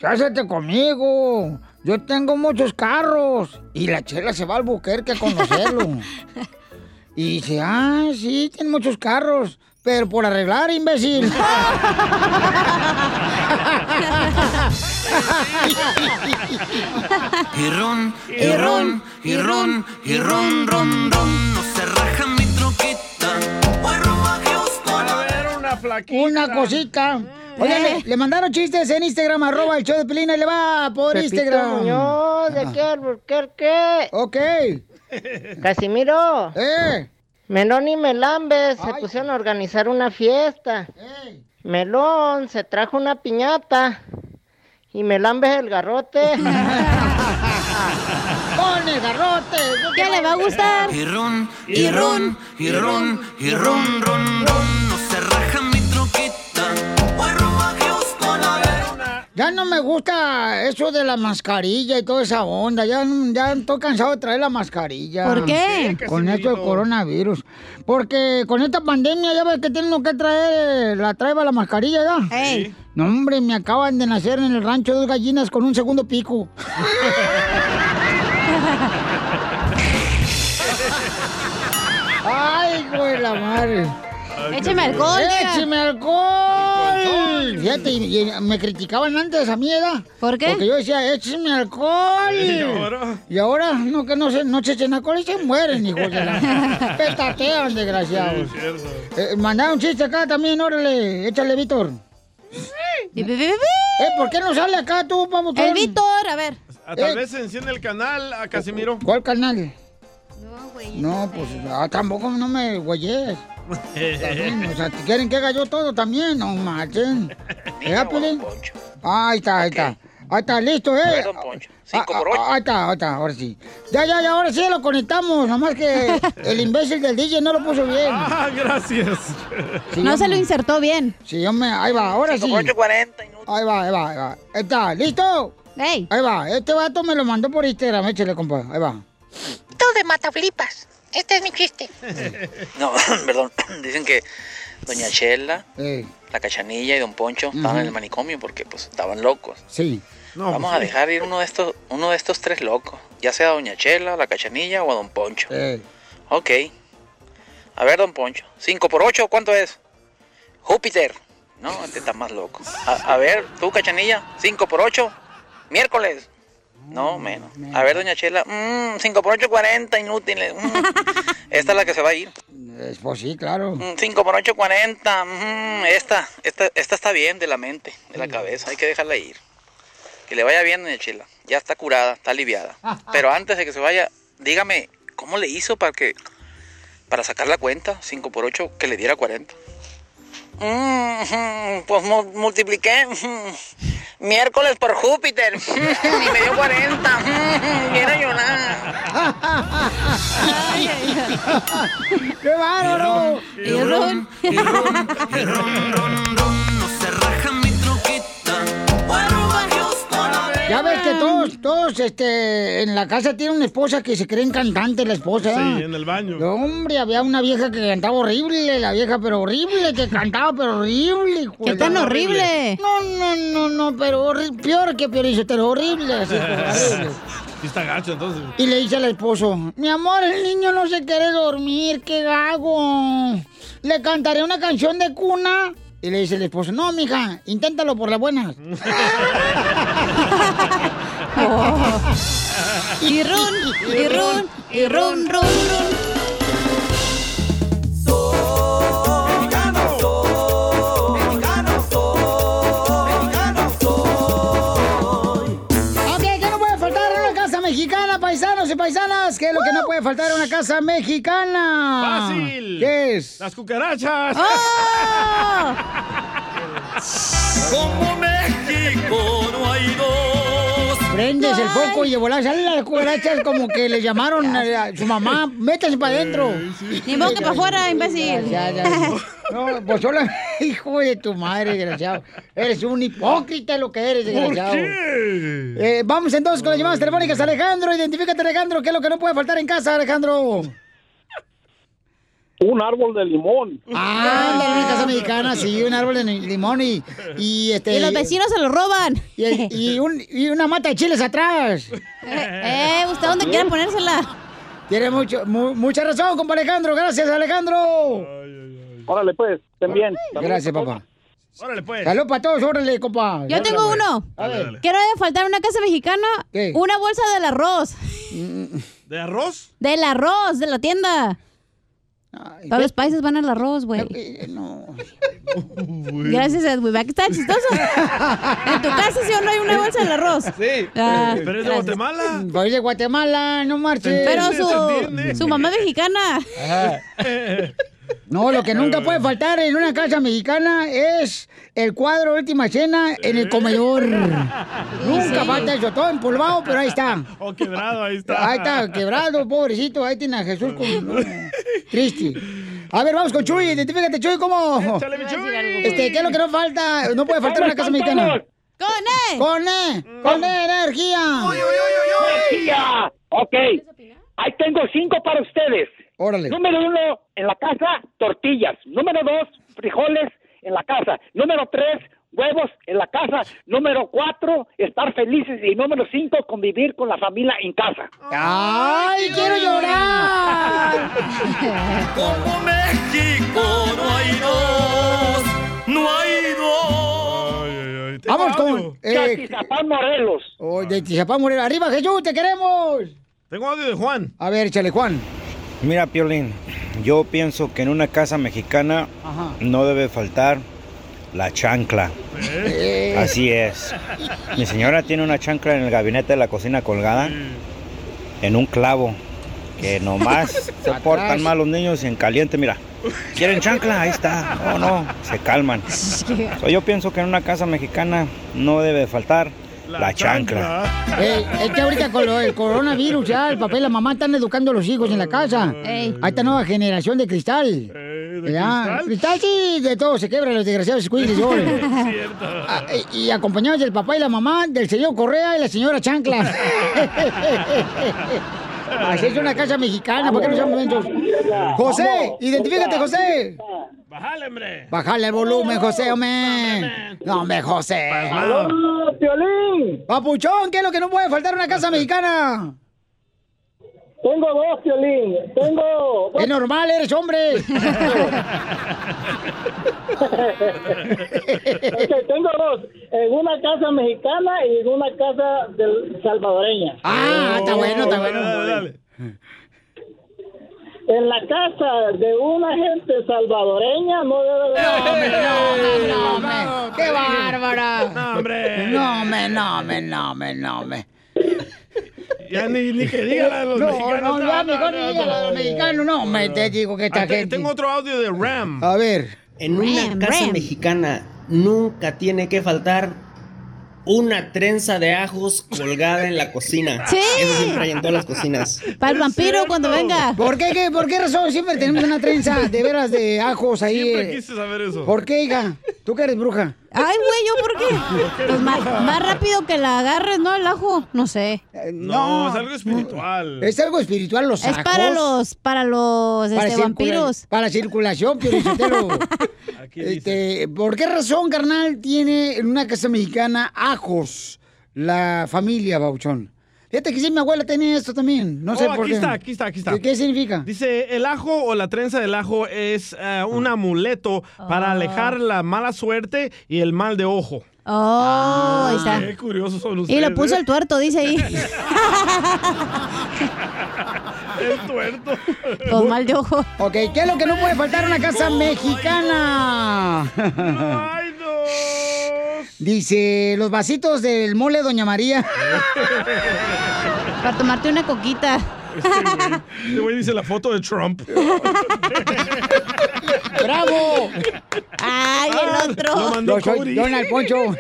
S1: cásate conmigo. Yo tengo muchos carros. Y la chela se va al buquerque a conocerlo. y dice, ah, sí, tiene muchos carros, pero por arreglar, imbécil.
S7: Y ron, y ron, y ron, y ron, ron, ron. No se raja mi troquita. Voy rumbo a Houston.
S2: una
S1: Una cosita. Oigan, le, le mandaron chistes en Instagram, arroba el show de Pelín, ahí le va por
S19: Pepito
S1: Instagram.
S19: Muñoz, ¿de qué, ¿por qué, qué?
S1: Ok.
S19: Casimiro.
S1: Eh.
S19: Melón y Melambes se pusieron a organizar una fiesta. Melón se trajo una piñata. Y Melambes el garrote.
S1: ¡Con el garrote!
S19: ¿Qué le va a gustar?
S7: Y ron, y ron, y ron, y ron, ron, ron. No se raja mi troquita. Voy rumbo a Houston. A ver una...
S1: Ya no me gusta eso de la mascarilla y toda esa onda. Ya, ya estoy cansado de traer la mascarilla.
S9: ¿Por qué? Sí,
S1: Con esto del
S9: Casimiro.
S1: coronavirus. Porque con esta pandemia ya ves que tienen que traer, la traiba la mascarilla, ¿ya? No, hombre, me acaban de nacer en el rancho dos gallinas con un segundo pico. ¡Ay, güey, la madre!
S7: Écheme alcohol, diga.
S1: ¡Écheme alcohol! Fíjate, y- y me criticaban antes a mi edad. ¿Por
S7: qué?
S1: Porque yo decía, écheme alcohol.
S7: ¿Y ahora?
S1: Y ahora, no, que no se, no se echen alcohol y se mueren, hijos de la... Petatean, desgraciados. Eh, mandaron un chiste acá también, órale. Échale, Víctor. ¿Eh, ¿Por qué no sale acá tú, vamos
S9: El Víctor, a ver.
S2: Ah, Tal
S1: Eh.
S2: vez se enciende el canal a Casimiro.
S1: ¿Cuál canal? No, pues ah, tampoco no me güeyes. También, O sea, si quieren que haga yo todo también, no marchen. ¿Ya, Pelín? Ahí está, ahí está. Ahí está, listo, ¿eh?
S7: Don Poncho.
S1: Ah,
S7: como
S1: ah, ah, Ahí está, ahí está, ahora sí. Ya, ya, ya, ahora sí lo conectamos. Nomás que el imbécil del DJ no lo puso bien.
S2: Ah, gracias.
S9: No se lo insertó bien.
S1: Sí, hombre, ahí va, ahora sí.
S9: 5840
S1: Ahí va, ahí va, ahí va. Ahí Está, ¿listo? Ahí va, este vato me lo mandó por Instagram, échale, compa. Ahí va.
S20: Tú de Mataflipas. Este es mi chiste.
S21: No, perdón. Dicen que Doña Chela,
S1: Ey,
S21: la Cachanilla y Don Poncho estaban en el manicomio porque pues estaban locos.
S1: sí.
S21: Vamos a dejar ir uno de estos, uno de estos tres locos, ya sea a Doña Chela, a la Cachanilla o a Don Poncho.
S17: Eh,
S21: Ok. A ver, Don Poncho. 5 por 8, ¿cuánto es? Júpiter. No, este está más loco. A, a ver, tú, Cachanilla, 5 por 8, miércoles. No, menos. A ver, Doña Chela, 5 por 8, 40, inútiles. Mm, Esta es la que se va a ir.
S1: Eh, Pues sí,
S7: Mm.
S1: claro.
S21: 5 por 8, 40. Mm, esta, esta, esta está bien de la mente, de la cabeza. Hay que dejarla ir. Que le vaya bien, doña Chila. Ya está curada, está aliviada.
S7: Ah.
S21: Pero antes de que se vaya, dígame, ¿cómo le hizo para que para sacar la cuenta 5 por 8 que le diera 40? Mm, pues mu- multipliqué mm, miércoles por Júpiter y me dio 40. Mm, Quiero llorar.
S1: ¡Qué bárbaro!
S7: Y ron, y ron, y ron, ron, ron, no se raja mi troquita. Guaruba, Dios, por haber.
S1: Ya ves que todos, todos, este, en la casa tiene una esposa que se creen cantante la esposa. ¿eh?
S2: Sí, en el baño.
S1: No, Hombre, había una vieja que cantaba horrible, la vieja, pero horrible, que cantaba, pero horrible. hijo
S9: ¿Qué
S1: de-
S9: tan horrible?
S1: No, no, no, no, pero horri- peor que peor, pero horrible. así, horrible.
S2: Sí está gacho, entonces.
S1: Y le dice al esposo, mi amor, el niño no se quiere dormir, ¿qué hago? ¿Le cantaré una canción de cuna? Y le dice el esposo, no, mija, inténtalo por las buenas.
S9: Y run, y run, y run, run, run.
S1: Ok, ¿qué no puede faltar en una casa mexicana, paisanos y paisanas? ¿Qué es lo que no puede faltar en una casa mexicana?
S2: Fácil.
S1: ¿Qué es? ¡Ah!
S2: Las cucarachas.
S7: ¡Ah! Como México no hay dos.
S1: Prendes el foco y de volar salen las cucarachas como que le llamaron eh, a a su mamá, métase para adentro.
S9: Ni modo que para afuera, imbécil.
S1: Ya, ya, ya. No, pues solo hijo de tu madre, desgraciado. Eres un hipócrita lo que eres, desgraciado. Eh, vamos entonces con las llamadas telefónicas. Alejandro, identifícate, Alejandro. ¿Qué es lo que no puede faltar en casa, Alejandro?
S15: Un árbol de limón.
S1: Ah, en una casa mexicana, sí, un árbol de limón y, y este.
S9: Y los vecinos se lo roban.
S1: Y, y un- y una mata de chiles atrás.
S9: Eh, eh, usted dónde quiera ponérsela.
S1: Tiene mucho, mu- mucha razón, compa Alejandro. Gracias, Alejandro.
S15: Órale, pues, estén bien.
S1: Gracias, papá.
S2: Órale, pues.
S1: Salud para todos, órale, compa.
S9: Yo tengo uno.
S1: A ver.
S9: ¿Qué no debe faltar en una casa mexicana? Una bolsa del arroz.
S1: Mm.
S2: ¿De arroz?
S9: Del arroz, de la tienda. Todos los países van al arroz, güey.
S1: Eh,
S9: Gracias, Edwin. ¿Va que está chistoso? en tu casa sí o no hay una bolsa del arroz.
S2: Sí.
S9: Ah,
S2: Pero es de
S9: gracias.
S2: Guatemala.
S1: Soy de Guatemala, no marches.
S9: Pero su, su mamá es mexicana.
S1: No, lo que nunca puede faltar en una casa mexicana es el cuadro Última Cena en el comedor. Nunca
S2: sí.
S1: falta eso, todo empolvado, pero ahí está.
S2: O Oh, quebrado, ahí está.
S1: Ahí está, quebrado, pobrecito. Ahí tiene a Jesús con... no, triste. A ver, vamos con Chuy. Identifícate, Chuy, ¿cómo? Este, ¿qué es lo que no falta? No puede faltar en una casa mexicana.
S9: ¡Con E!
S1: ¡Con E! ¡Con E, energía!
S9: Ah,
S22: ¡Energía! Ok. Ahí tengo cinco para ustedes.
S1: Órale.
S22: Número uno, en la casa, tortillas. Número dos, frijoles en la casa. Número tres, huevos en la casa. Número cuatro, estar felices. Y número cinco, convivir con la familia en casa.
S1: ¡Ay, quiero llorar!
S7: Como México no hay dos. No hay dos.
S1: Vamos con... eh,
S22: Atizapán Morelos.
S1: Oh, de Tizapán Morelos. ¡Arriba, Jesús, te queremos!
S2: Tengo audio de Juan.
S1: A ver, échale, Juan.
S23: Mira, Piolín, yo pienso que en una casa mexicana
S1: Ajá.
S23: no debe faltar la chancla.
S1: Eh,
S23: Así es. Mi señora tiene una chancla en el gabinete de la cocina colgada en un clavo. Que nomás se
S7: Atrás.
S23: portan mal los niños en caliente, mira. ¿Quieren chancla? Ahí está. No, no, se calman. So, yo pienso que en una casa mexicana no debe faltar la, chancla.
S1: Ey, Eh, es que ahorita con lo- el coronavirus ya, el papá y la mamá están educando a los hijos en la casa. A esta nueva generación de cristal. Ya,
S7: cristal?
S1: cristal sí, de todo se quebra los desgraciados squiggles hoy. Ah, y- y acompañados del papá y la mamá, del señor Correa y la señora Chancla. Así es una casa mexicana, Ah, ¿por qué no somos mensos? José, identifícate, José.
S2: Bájale, hombre.
S1: Bájale el volumen, José, hombre. No, hombre, José.
S2: Pasmado.
S1: Piolín! Papuchón, ¿qué es lo que no puede faltar en una casa mexicana? Tengo dos, Piolín. Tengo... Es normal, eres hombre.
S24: Ok, tengo dos, en una casa mexicana y en una casa del- salvadoreña.
S1: Ah, está bueno, está bueno.
S24: En la casa de una gente salvadoreña no debe de...
S1: No, me, qué bárbara. No, hombre. No, me, no, me, no, me, no, me.
S2: Ya ni, ni que diga la de los
S1: no,
S2: mexicanos.
S1: No, no, ya mejor ni diga la de los mexicanos. No, me te digo que esta
S2: Ah, te-
S1: gente. Ah,
S2: Tengo otro audio de Ram.
S1: A ver.
S4: En una casa mexicana nunca tiene que faltar una trenza de ajos colgada en la cocina.
S9: Sí.
S4: Eso siempre hay en todas las cocinas.
S9: Para el vampiro cuando venga.
S1: ¿Por qué, qué, ¿Por qué razón siempre tenemos una trenza de veras de ajos ahí?
S9: Siempre
S1: eh?
S9: quise saber eso.
S1: ¿Por qué, hija? Tú que eres bruja.
S9: Ay, güey, ¿yo por qué? Pues más, más rápido que la agarres, ¿no? El ajo, no sé.
S2: No, es algo espiritual.
S1: Es algo espiritual Eh, los
S9: Es
S1: ajos.
S9: para los, para los
S1: Para
S9: este,
S1: circula-
S9: vampiros.
S1: Para circulación, Piolichotero. este, ¿Por qué razón, carnal, tiene en una casa mexicana ajos la familia Bauchón? Fíjate que sí, mi abuela tenía esto también. No sé
S2: Oh,
S1: por
S2: aquí
S1: qué.
S2: está, aquí está, aquí está.
S1: ¿Qué- ¿Qué significa?
S2: Dice, el ajo o la trenza del ajo es eh, un amuleto
S9: Ah.
S2: para alejar la mala suerte y el mal de ojo.
S9: Oh, ahí está.
S2: Ah, Qué curiosos son
S9: Y
S2: ustedes.
S9: lo puso
S2: ¿eh?
S9: el tuerto, dice ahí.
S2: El tuerto.
S9: Con mal de ojo.
S1: Ok, ¿qué es lo que no puede faltar en una casa mexicana? Dice, los vasitos del mole Doña María.
S9: Para tomarte una coquita.
S2: Este güey dice la foto de Trump.
S1: ¡Bravo!
S9: ¡Ay,
S7: Ah.
S9: el otro!
S2: Lo mandó
S1: Yo soy
S2: Cody.
S1: Donald Poncho.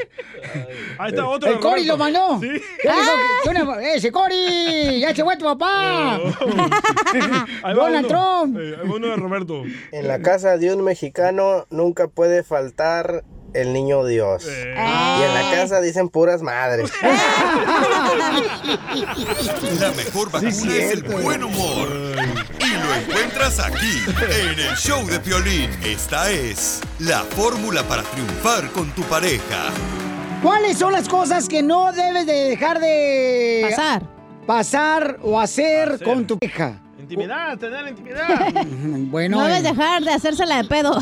S2: Ahí está otro.
S1: El Cori
S2: Rafa.
S1: lo mandó.
S2: Sí.
S1: ¿Qué dijo que-
S9: Ah.
S1: que una- ¡Ese Cori! ¡Ya se fue tu papá!
S2: Ahí va
S1: Donald
S2: uno.
S1: Trump.
S2: Eh, ahí va uno de Roberto.
S8: En la casa de un mexicano nunca puede faltar el niño Dios.
S1: Eh.
S8: Y en
S1: Ah.
S8: la casa dicen puras madres.
S6: La mejor vacuna es el buen humor. Y lo encuentras aquí, en el show de Piolín. Esta es la fórmula para triunfar con tu pareja.
S1: ¿Cuáles son las cosas que no debes de dejar de...
S9: Pasar.
S1: Pasar o hacer, con tu pareja?
S2: Intimidad, tener intimidad.
S1: Bueno...
S9: No
S1: eh,
S9: debes dejar de hacérsela de pedo.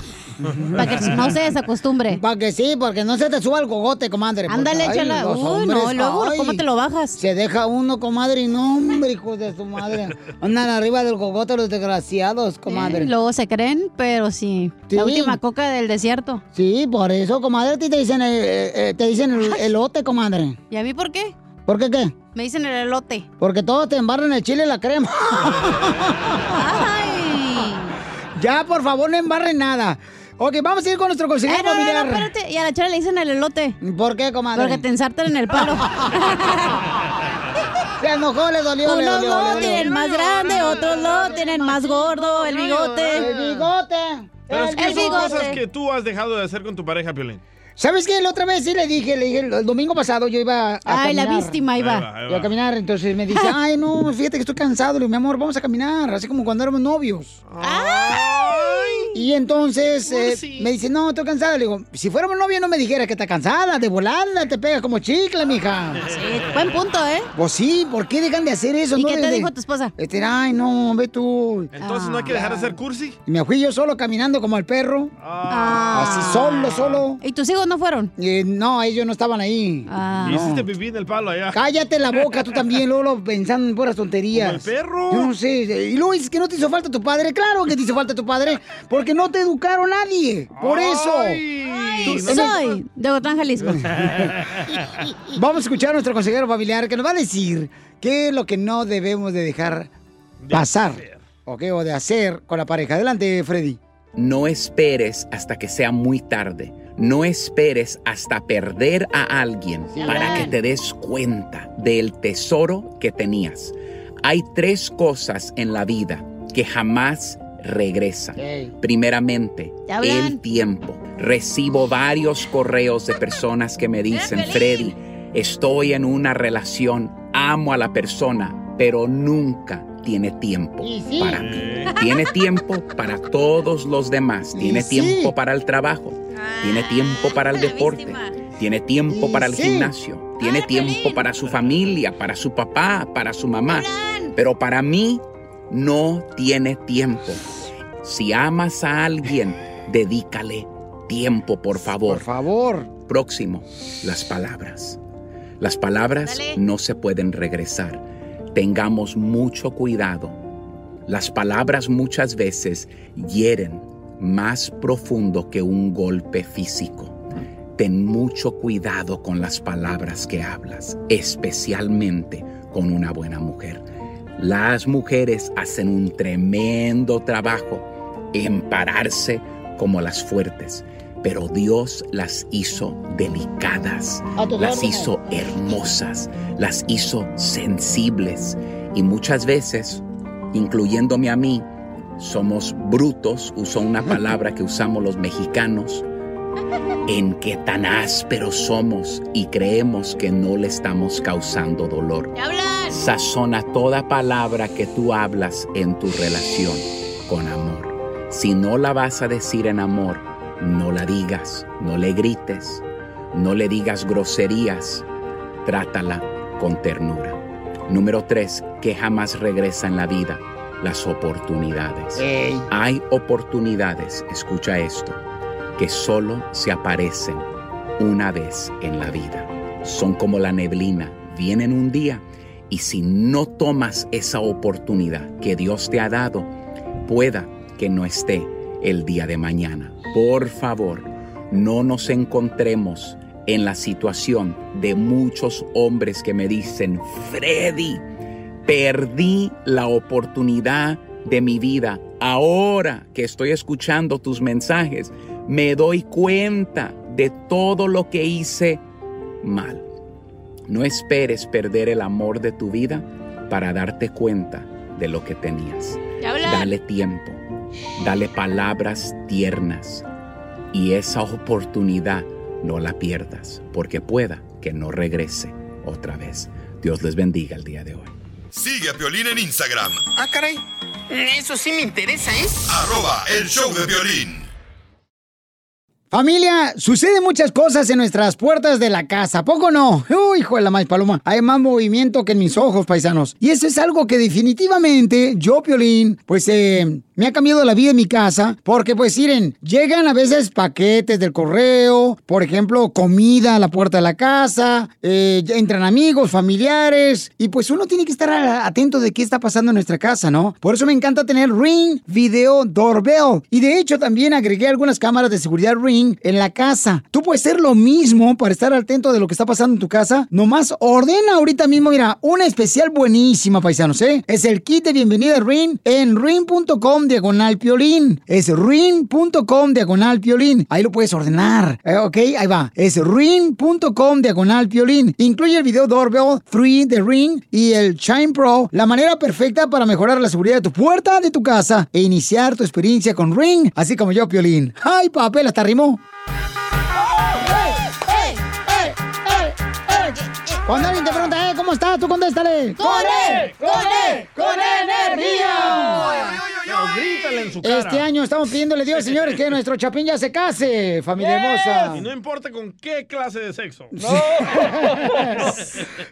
S9: Para que no se desacostumbre.
S1: Para que sí, porque no se te suba el cogote, comadre. porque,
S9: Ándale,
S1: ay,
S9: échala.
S1: los
S9: Uy,
S1: hombres,
S9: no, luego, ¿cómo te lo bajas?
S1: Se deja uno, comadre, y no, hombre, hijo de su madre. Andan arriba del cogote los desgraciados, comadre.
S9: Eh, luego se creen, pero sí. La última coca del desierto.
S1: Sí, por eso, comadre, a ti te dicen, el, eh, eh, te dicen el elote, comadre.
S9: ¿Y a mí por qué?
S1: ¿Por qué qué?
S9: Me dicen el elote.
S1: Porque todos te embarran el chile y la crema. ya, por favor, no embarren nada. Ok, vamos a ir con nuestro consejero
S9: Eh, no, no, no,
S1: familiar.
S9: espérate. Y a la chela le dicen el elote.
S1: ¿Por qué, comadre?
S9: Porque te ensartan en el palo.
S1: Se enojó, le dolió, le
S9: Unos
S1: dolió,
S9: lo
S1: le dolió.
S9: tienen más grande, otros lo tienen más gordo, el bigote.
S1: El bigote.
S2: Pero es que
S9: El
S2: son cosas
S9: bigote.
S2: que tú has dejado de hacer con tu pareja, Piolín.
S1: ¿Sabes qué? La otra vez sí le dije, le dije, el el domingo pasado yo iba a
S9: Ay, la
S1: caminar.
S9: víctima, ahí va. Ahí
S2: va, ahí
S1: Iba a
S2: va.
S1: caminar, entonces me dice, ay, no, fíjate que estoy cansado. Le digo, mi amor, vamos a caminar, así como cuando éramos novios. Y entonces eh, me dice, no, estoy cansada. Le digo, si fuéramos novios no me dijeras que estás cansada, de volada te pegas como chicle, mija.
S9: buen punto, ¿eh?
S1: Pues sí, ¿por qué dejan de hacer eso?
S9: ¿Y
S1: no
S9: qué te
S1: deben de-
S9: dijo tu esposa?
S1: Este, ay, no, ve tú.
S2: Entonces no hay
S9: Ah,
S2: que dejar de ser cursi.
S1: Y me fui yo solo caminando como el perro. Así solo, solo.
S9: Ah.
S1: Eh,
S9: ¿Y tus hijos no fueron? Ah.
S1: no, ellos no estaban ahí.
S2: Y
S1: No.
S2: Hiciste pipí en el palo allá.
S1: Cállate la boca, tú también, Lolo, pensando en puras tonterías.
S2: Como el perro.
S1: Yo no sé. Y luego dices que no te hizo falta tu padre. Claro que te hizo falta tu padre, porque no te educaron nadie. Por eso.
S2: sí. no me-
S9: Soy de Botán, Jalisco.
S1: Vamos a escuchar a nuestro consejero familiar que nos va a decir qué es lo que no debemos de dejar pasar ok, o de hacer con la pareja. Adelante, Freddy.
S11: No esperes hasta que sea muy tarde. No esperes hasta perder a alguien para que te des cuenta del tesoro que tenías. Hay tres cosas en la vida que jamás regresan. Primeramente,
S7: Te hablan.
S11: el tiempo. Recibo varios correos de personas que me dicen, Freddy, estoy en una relación, amo a la persona, pero nunca tiene tiempo para mí. Tiene tiempo para todos los demás. Tiene
S7: sí.
S11: tiempo para el trabajo. Tiene tiempo para el deporte. Tiene tiempo para el
S7: sí.
S11: gimnasio. Tiene tiempo para su familia, para su papá, para su mamá. Pero para mí no tiene tiempo. Si amas a alguien, dedícale tiempo, por favor. Por
S1: favor.
S11: Próximo, las palabras. Las palabras no se pueden regresar. Tengamos mucho cuidado. Las palabras muchas veces hieren más profundo que un golpe físico. Ten mucho cuidado con las palabras que hablas, especialmente con una buena mujer. Las mujeres hacen un tremendo trabajo en pararse como las fuertes, pero Dios las hizo delicadas,
S7: A tus
S11: las
S7: órdenes.
S11: hizo hermosas, las hizo sensibles y muchas veces, incluyéndome a mí, somos brutos, usó una palabra que usamos los mexicanos, en que tan ásperos somos y creemos que no le estamos causando dolor. Sazona toda palabra que tú hablas en tu relación con amor. Si no la vas a decir en amor, no la digas, no le grites, no le digas groserías, trátala con ternura. Número tres, que jamás regresa en la vida, las oportunidades. Hay oportunidades, escucha esto, que solo se aparecen una vez en la vida. Son como la neblina, vienen un día y si no tomas esa oportunidad que Dios te ha dado, pueda que no esté el día de mañana. Por favor, no nos encontremos en la situación de muchos hombres que me dicen, Freddy, perdí la oportunidad de mi vida. Ahora que estoy escuchando tus mensajes, me doy cuenta de todo lo que hice mal. No esperes perder el amor de tu vida para darte cuenta de lo que tenías. Dale tiempo, dale palabras tiernas y esa oportunidad no la pierdas porque pueda que no regrese otra vez. Dios les bendiga el día de hoy.
S6: Sigue a Piolín en Instagram,
S7: Ah, caray. Eso sí me interesa, ¿eh?
S6: arroba el show de Piolín.
S1: Familia, suceden muchas cosas en nuestras puertas de la casa, ¿a poco no? Uy, hijo de la más paloma, hay más movimiento que en mis ojos, paisanos. Y eso es algo que definitivamente yo, Piolín, pues eh, me ha cambiado la vida en mi casa, porque pues miren, llegan a veces paquetes del correo, por ejemplo, comida a la puerta de la casa, eh, entran amigos, familiares, y pues uno tiene que estar a- atento de qué está pasando en nuestra casa, ¿no? Por eso me encanta tener Ring Video Doorbell. Y de hecho también agregué algunas cámaras de seguridad Ring en la casa. Tú puedes hacer lo mismo para estar atento de lo que está pasando en tu casa. Nomás ordena ahorita mismo, mira, una especial buenísima, paisanos, ¿eh? Es el kit de bienvenida Ring en ring.com diagonal piolín. Es ring.com diagonal piolín. Ahí lo puedes ordenar. Eh, ok, ahí va. Es ring.com diagonal piolín. Incluye el video Doorbell 3 de Ring y el Chime Pro, la manera perfecta para mejorar la seguridad de tu puerta de tu casa e iniciar tu experiencia con Ring, así como yo, Piolín. ¡Ay, papel! Hasta rimó. Cuando alguien te pregunta, eh, ¿cómo estás? Tú contéstale.
S7: ¡Con él! ¡Con E él!
S1: ¡Con energía!
S2: Pero grítale en su cara.
S1: Este año estamos pidiéndole a Dios, señores, que nuestro chapín ya se case, familia hermosa.
S2: Y no importa con qué clase de sexo.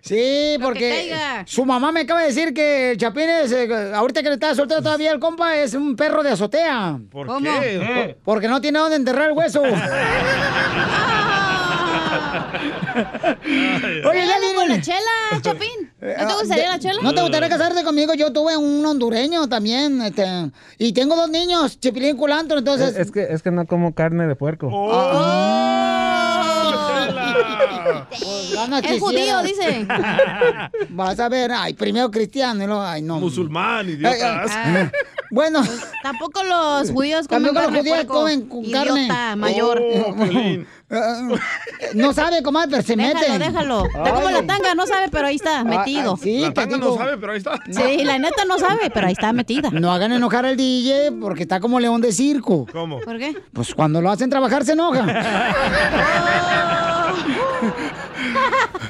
S1: Sí, porque su mamá me acaba de decir que el Chapín es, eh, ahorita que le está soltero todavía el compa, es un perro de azotea.
S2: ¿Por ¿Cómo? qué?
S1: Por- Porque no tiene dónde enterrar el hueso. Oye, ya
S9: Con la chela, Chapín. ¿No te gustaría la chela?
S1: ¿No te gustaría casarte conmigo? Yo tuve un hondureño también, este, y tengo dos niños, Chipilín y Culantro, entonces...
S12: Es, es que, es que no como carne de puerco.
S1: ganas
S9: Es judío,
S1: quisieras.
S9: dice.
S1: Vas a ver, ay, primero cristiano y luego, ay, no.
S2: Musulmán, idiotas.
S1: ah, bueno.
S9: Pues, Tampoco los judíos comen
S1: Tampoco los
S9: carne de
S1: judíos
S9: puerco.
S1: comen cu- carne.
S9: Idiota mayor.
S1: Oh, no sabe, comadre, pero se
S9: déjalo,
S1: mete.
S9: déjalo. Está como la tanga, no sabe, pero ahí
S2: Ah,
S9: está, metido.
S1: Ah, sí, La te tanga no digo. sabe,
S2: pero ahí está.
S9: Sí, la neta no sabe, pero ahí está metida.
S1: No hagan enojar al DJ porque está como león de circo.
S2: ¿Cómo?
S9: ¿Por qué?
S1: Pues cuando lo hacen trabajar se enoja.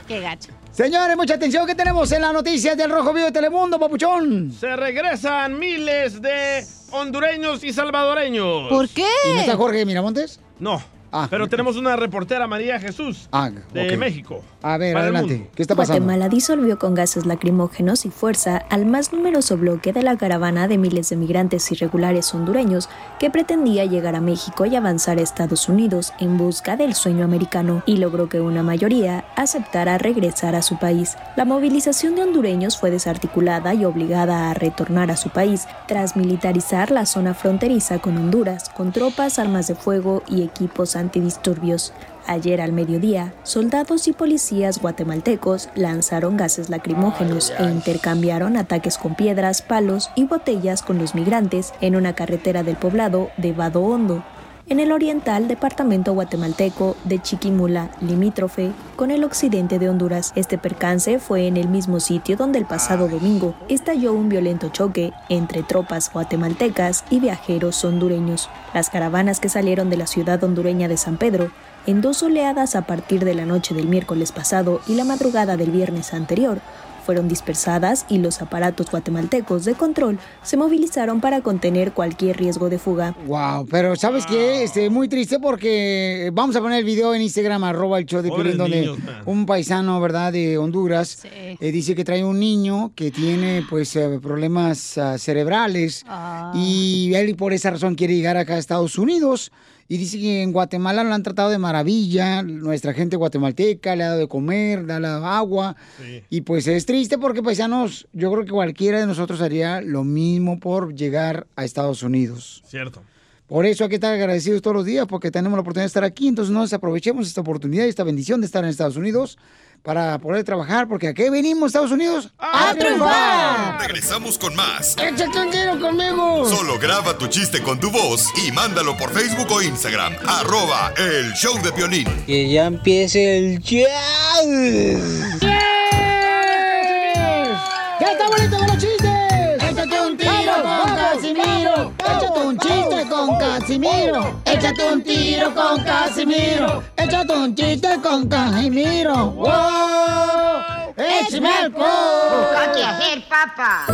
S9: Qué gacho.
S1: Señores, mucha atención que tenemos en las noticias del Rojo Vivo de Telemundo, papuchón.
S2: Se regresan miles de hondureños y salvadoreños.
S1: ¿Y no está Jorge Miramontes?
S2: No. pero tenemos una reportera, María Jesús, de
S1: Ah, ok.
S2: México.
S1: A ver,
S2: Para el
S1: adelante.
S2: mundo.
S1: ¿Qué está pasando?
S13: Guatemala disolvió con gases lacrimógenos y fuerza al más numeroso bloque de la caravana de miles de migrantes irregulares hondureños que pretendía llegar a México y avanzar a Estados Unidos en busca del sueño americano y logró que una mayoría aceptara regresar a su país. La movilización de hondureños fue desarticulada y obligada a retornar a su país tras militarizar la zona fronteriza con Honduras con tropas, armas de fuego y equipos antidisturbios. Ayer al mediodía, soldados y policías guatemaltecos lanzaron gases lacrimógenos e intercambiaron ataques con piedras, palos y botellas con los migrantes en una carretera del poblado de Vado Hondo, en el oriental departamento guatemalteco de Chiquimula, limítrofe con el occidente de Honduras. Este percance fue en el mismo sitio donde el pasado domingo estalló un violento choque entre tropas guatemaltecas y viajeros hondureños. Las caravanas que salieron de la ciudad hondureña de San Pedro en dos oleadas a partir de la noche del miércoles pasado y la madrugada del viernes anterior, fueron dispersadas y los aparatos guatemaltecos de control se movilizaron para contener cualquier riesgo de fuga.
S1: Wow, pero ¿sabes qué? Este, muy triste porque vamos a poner el video en Instagram, arroba el show de
S7: Pobres
S1: Piolín, donde
S7: niños, man.
S1: un paisano, ¿verdad?, de Honduras, eh, dice que trae un niño que tiene, pues, eh, problemas ah, cerebrales
S7: Ah.
S1: y él por esa razón quiere llegar acá a Estados Unidos. Y dice que en Guatemala lo han tratado de maravilla, nuestra gente guatemalteca le ha dado de comer, le ha dado agua. Y pues es triste porque paisanos, yo creo que cualquiera de nosotros haría lo mismo por llegar a Estados Unidos.
S2: Cierto.
S1: Por eso hay que estar agradecidos todos los días porque tenemos la oportunidad de estar aquí. Entonces no desaprovechemos esta oportunidad y esta bendición de estar en Estados Unidos para poder trabajar porque ¿a qué venimos Estados Unidos? ¡A,
S6: Regresamos con más.
S1: ¡Échate un tiro conmigo!
S6: Solo graba tu chiste con tu voz y mándalo por Facebook o Instagram. Arroba el show de violín.
S7: Que ya empiece el jazz.
S1: ¡Ya está bonito con los chistes!
S7: Échate un tiro
S1: ¡Vamos,
S7: con
S1: vamos!
S7: Casimiro.
S1: ¡Échate un chiste con Casimiro! ¡Échate un tiro con Casimiro! ¡Échate un chiste con Casimiro! ¡Wow! ¡Échame alcohol!
S7: hacer, papa?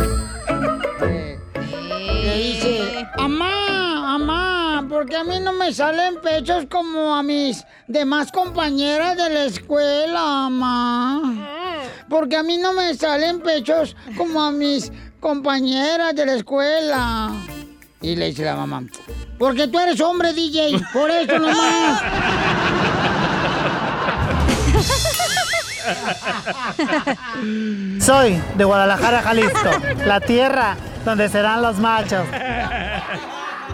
S1: Le dice, amá, amá, ¿por qué a mí no me salen pechos como a mis demás compañeras de la escuela, amá? ¿Por qué a mí no me salen pechos como a mis compañeras de la escuela? Y le dice la mamá, porque tú eres hombre, DJ, por eso nomás.
S10: Soy de Guadalajara, Jalisco, la tierra donde serán los machos.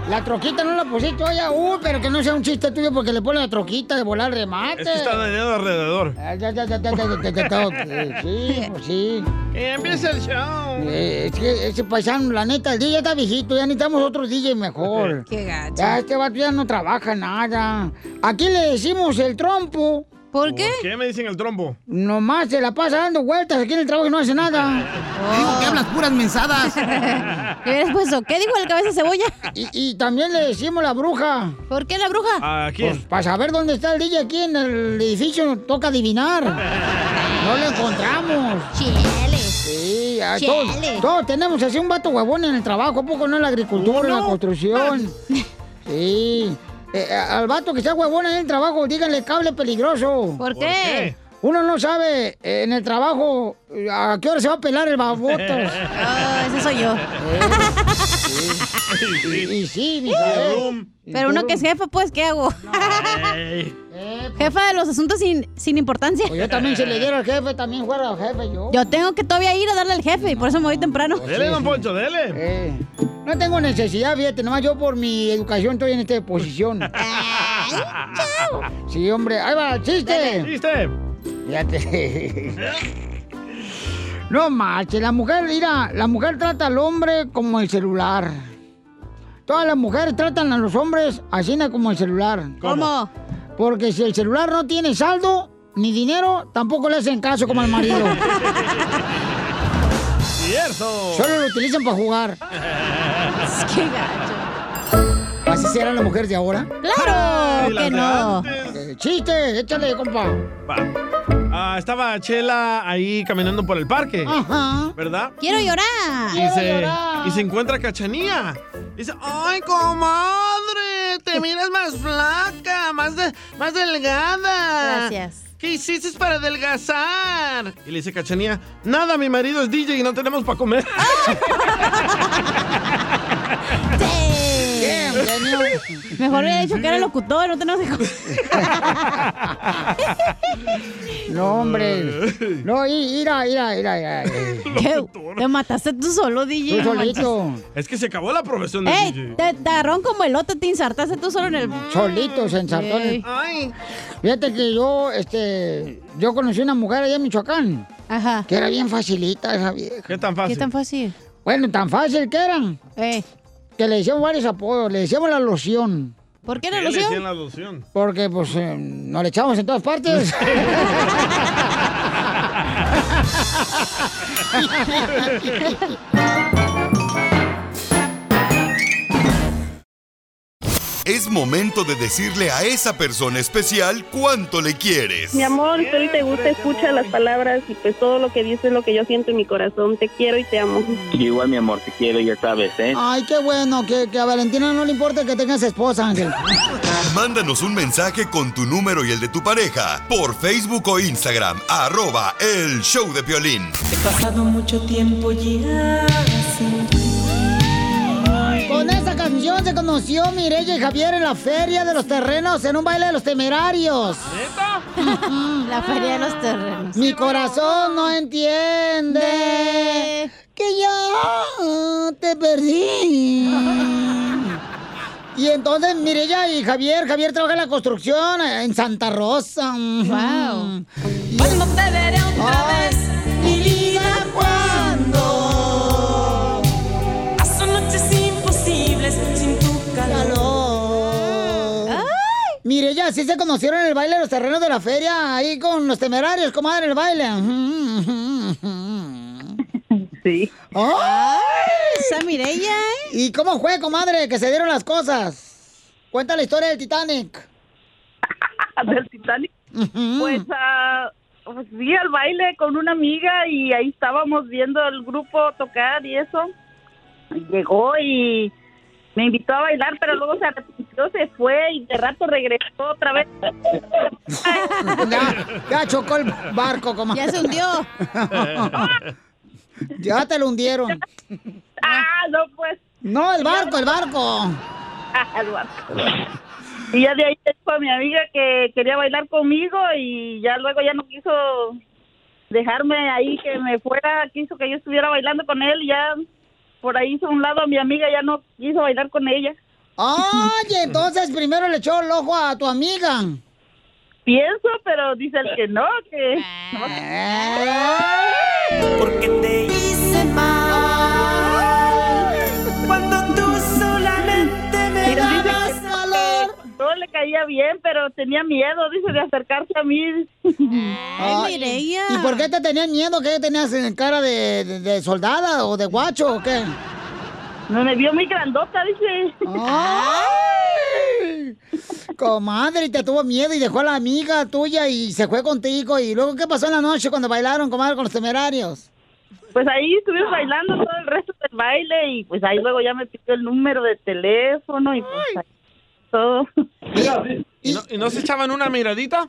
S1: La troquita no la pusiste, oye, uy, pero que no sea un chiste tuyo porque le pone la troquita de volar remate.
S2: Es que está dañado alrededor.
S1: Ah, ya, ya, ya, ya, ya, ya, ya, ya, ya, Sí, pues sí.
S2: empieza el show.
S1: Eh, es que ese paisano, la neta, el DJ está viejito, ya necesitamos otro DJ mejor.
S9: Qué gacho.
S1: Ya, este vato ya no trabaja nada. Aquí le decimos el trompo.
S9: ¿Por
S2: ¿Por qué me dicen el trompo?
S1: Nomás se la pasa dando vueltas aquí en el trabajo y no hace nada. Oh. Digo que hablas puras mensadas. ¿Qué pues, ¿Qué dijo el cabeza cebolla? Y, y también le decimos la bruja. ¿Por qué la bruja?
S2: ¿A quién?
S1: para saber dónde está el DJ aquí en el edificio, toca adivinar. No lo encontramos. Chiles. Sí, a todos,
S7: Chale.
S1: todos tenemos así un vato huevón en el trabajo, ¿a poco no en la agricultura, en la construcción? Sí. Eh, eh, al vato que sea huevón en el trabajo, díganle cable peligroso.
S9: ¿Por qué?
S1: Uno no sabe eh, en el trabajo eh, a qué hora se va a pelar el baboto.
S9: Ah, ese soy yo.
S1: Y sí, mi
S9: Pero uno que es jefe, pues, ¿qué hago?
S1: Eh,
S9: Jefa de los asuntos sin, sin importancia.
S1: Yo también, si le diera al jefe, también fuera al jefe yo.
S9: Yo tengo que todavía ir a darle al jefe y por eso me voy temprano.
S2: Dele, don Poncho, dele.
S1: Eh, no tengo necesidad, fíjate, nomás yo por mi educación estoy en esta posición. Sí, hombre, ahí va, chiste.
S2: Chiste.
S1: Fíjate. No marches, la mujer, mira, la mujer trata al hombre como el celular. Todas las mujeres tratan a los hombres así no como el celular.
S9: ¿Cómo?
S1: Porque si el celular no tiene saldo ni dinero, tampoco le hacen caso como al marido.
S2: Cierto.
S1: Solo lo utilizan para jugar.
S9: Qué gacho.
S1: ¿Así serán las mujeres de ahora?
S9: ¡Claro que no!
S1: Eh, ¡Chiste! ¡Échale, compa!
S2: Ah, estaba Chela ahí caminando por el parque.
S9: Ajá.
S2: ¿Verdad?
S9: Quiero llorar.
S2: Y se, y se encuentra Cachanía. Dice, ¡ay, comadre! Te miras más flaca, más, de- más delgada.
S9: Gracias.
S2: ¿Qué hiciste para adelgazar? Y le dice Cachanía, nada, mi marido es DJ y no tenemos para comer.
S1: Bien, genio.
S9: Mejor hubiera dicho que era locutor, no tenemos que
S1: No, hombre. No, i- ira, ira, ira, ira.
S9: ¿Qué? Te mataste tú solo, DJ.
S1: eh. Tú
S9: no manches.
S1: solito.
S2: es que se acabó la profesión de
S9: ¡Ey!
S2: DJ.
S9: Te tarrón como elote, te ensartaste tú solo en el.
S1: Solito se ensartó en el-
S2: Ay.
S1: Fíjate que yo, este, yo conocí una mujer allá en Michoacán.
S9: Ajá.
S1: Que era bien facilita esa vieja.
S2: ¿Qué tan fácil?
S9: ¿Qué tan fácil? Eh.
S1: Bueno, tan fácil que eran. Que le decían varios apodos. Le decíamos la loción.
S9: ¿Por
S2: ¿Qué le hacían la loción?
S1: Porque, pues, eh, nos le echamos en todas partes.
S6: Es momento de decirle a esa persona especial cuánto le quieres.
S14: Mi amor, si hoy te gusta, escucha las palabras y pues todo lo que dices es lo que yo siento en mi corazón. Te quiero y te amo.
S16: Yo igual, mi amor, te quiero, ya sabes, ¿eh?
S1: Ay, qué bueno, que, que a Valentina no le importa que tengas esposa, Ángel.
S6: Mándanos un mensaje con tu número y el de tu pareja por Facebook o Instagram, arroba el show de Piolín.
S7: He pasado mucho tiempo ya sin ti.
S1: Con esa canción se conoció Mireya y Javier en la Feria de los Terrenos, en un baile de los temerarios.
S9: La Feria de los Terrenos.
S1: Mi corazón no entiende que ya te perdí. Y entonces Mireya y Javier, Javier trabaja en la construcción eh, en Santa Rosa. Wow.
S7: Cuando te veré otra vez, mi vida, cuando. Ah, Son noches imposibles sin tu calor.
S1: Mire, ya sí se conocieron en el baile de los terrenos de la feria, ahí con los temerarios, comadre, en el baile.
S14: Sí.
S1: ¡Ay!
S9: Esa Mireya, ¿eh?
S1: ¿Y cómo fue, comadre, que se dieron las cosas? Cuenta la historia del Titanic.
S14: del Titanic. Pues, ah, pues fui al baile con una amiga y ahí estábamos viendo el grupo tocar y eso. Llegó y me invitó a bailar, pero luego se arrepintió, se fue y de rato regresó otra vez.
S1: ya, ya chocó el barco, comadre.
S14: Ya se hundió.
S1: ya te lo hundieron.
S14: Ah, no, pues.
S1: No, el barco, el barco.
S14: al barco. Y ya de ahí le dijo a mi amiga que quería bailar conmigo y ya luego ya no quiso dejarme ahí que me fuera, quiso que yo estuviera bailando con él y ya por ahí hizo un lado a mi amiga, ya no quiso bailar con ella.
S1: Oye, entonces primero le echó el ojo a tu amiga.
S14: Pienso, pero dice el que no, que...
S1: Eh.
S7: Porque te hice mal. Cuando tú solamente me
S14: Pero dice
S7: dabas
S14: que-
S7: calor.
S14: Todo le caía bien, pero tenía miedo, dice, de acercarse a mí.
S1: Ay, Ah, ¿Y por qué te tenías miedo? ¿Qué tenías en cara de, de- de soldada o de guacho o qué?
S14: No, me vio muy grandota, dice.
S1: ¡Ay! Comadre, y te tuvo miedo y dejó a la amiga tuya y se fue contigo. ¿Y luego qué pasó en la noche cuando bailaron, comadre, con los temerarios?
S14: Pues ahí estuvimos bailando todo el resto del baile y pues ahí luego ya me pidió el número de teléfono y pues ahí todo.
S2: ¿Y no, y no se echaban una miradita?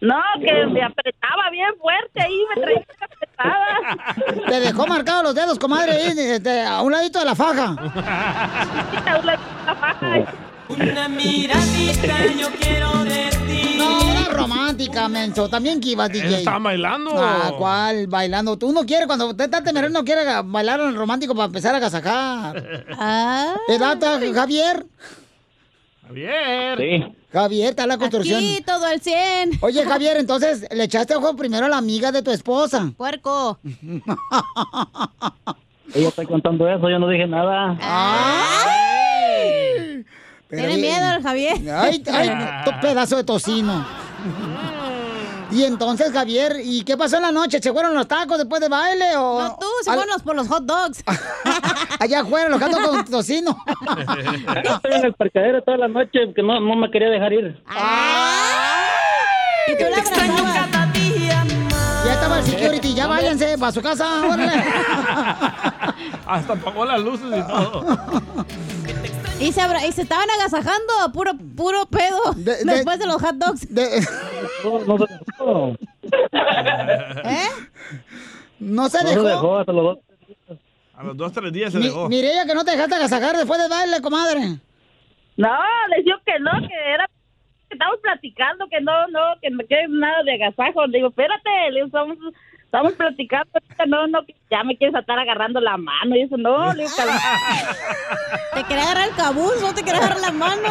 S14: No, que me apretaba bien fuerte ahí, me traía
S1: Te dejó marcados los dedos, comadre, ahí, este, a un ladito de la faja.
S14: una faja.
S7: Una miradita yo quiero de ti.
S1: No, era romántica, menso. También que ibas, DJ.
S2: Está bailando.
S1: Ah, ¿cuál? Bailando. Tú no quieres, cuando usted está temeroso, no quiere bailar en romántico para empezar a casacar.
S9: Ah.
S1: ¿Te data, Javier?
S2: Javier.
S1: Sí. Javier, está en la construcción.
S9: Aquí todo al 100.
S1: Oye, Javier, entonces, ¿le echaste ojo primero a la amiga de tu esposa?
S9: Puerco.
S22: Ella está contando eso, yo no dije nada.
S9: ¡Ay! Tiene
S1: bien.
S9: miedo el Javier.
S1: Ay, ay, to- pedazo de tocino. Y entonces, Javier, ¿y qué pasó en la noche? ¿Se fueron los tacos después de baile o...? No,
S9: tú, se fueron los, por los hot dogs.
S1: Allá fueron los gatos con tocino.
S22: Yo estoy en el parqueadero toda la noche porque no, no me quería dejar ir.
S9: Y tú la abrazabas.
S1: Ya estaba el security, ya váyanse para su casa, órale.
S2: Hasta apagó las luces y todo.
S9: Y se, abra- y se estaban agasajando a puro, puro pedo
S1: de-
S9: después de los hot dogs.
S22: No,
S1: No se
S2: No se
S1: dejó.
S2: dejó. A los dos, tres días se
S1: Mi-
S2: dejó.
S1: Mireya, que no te dejaste agasajar después de baile, comadre.
S14: No, les digo que no, que era que estábamos platicando, que no, no, que no quieres nada de agasajo. Le digo, espérate, le digo, estamos, estamos platicando, ahorita, no, no, que ya me quieres estar agarrando la mano y eso, no, le digo,
S9: Te quería agarrar el cabuz, no te quería agarrar la mano.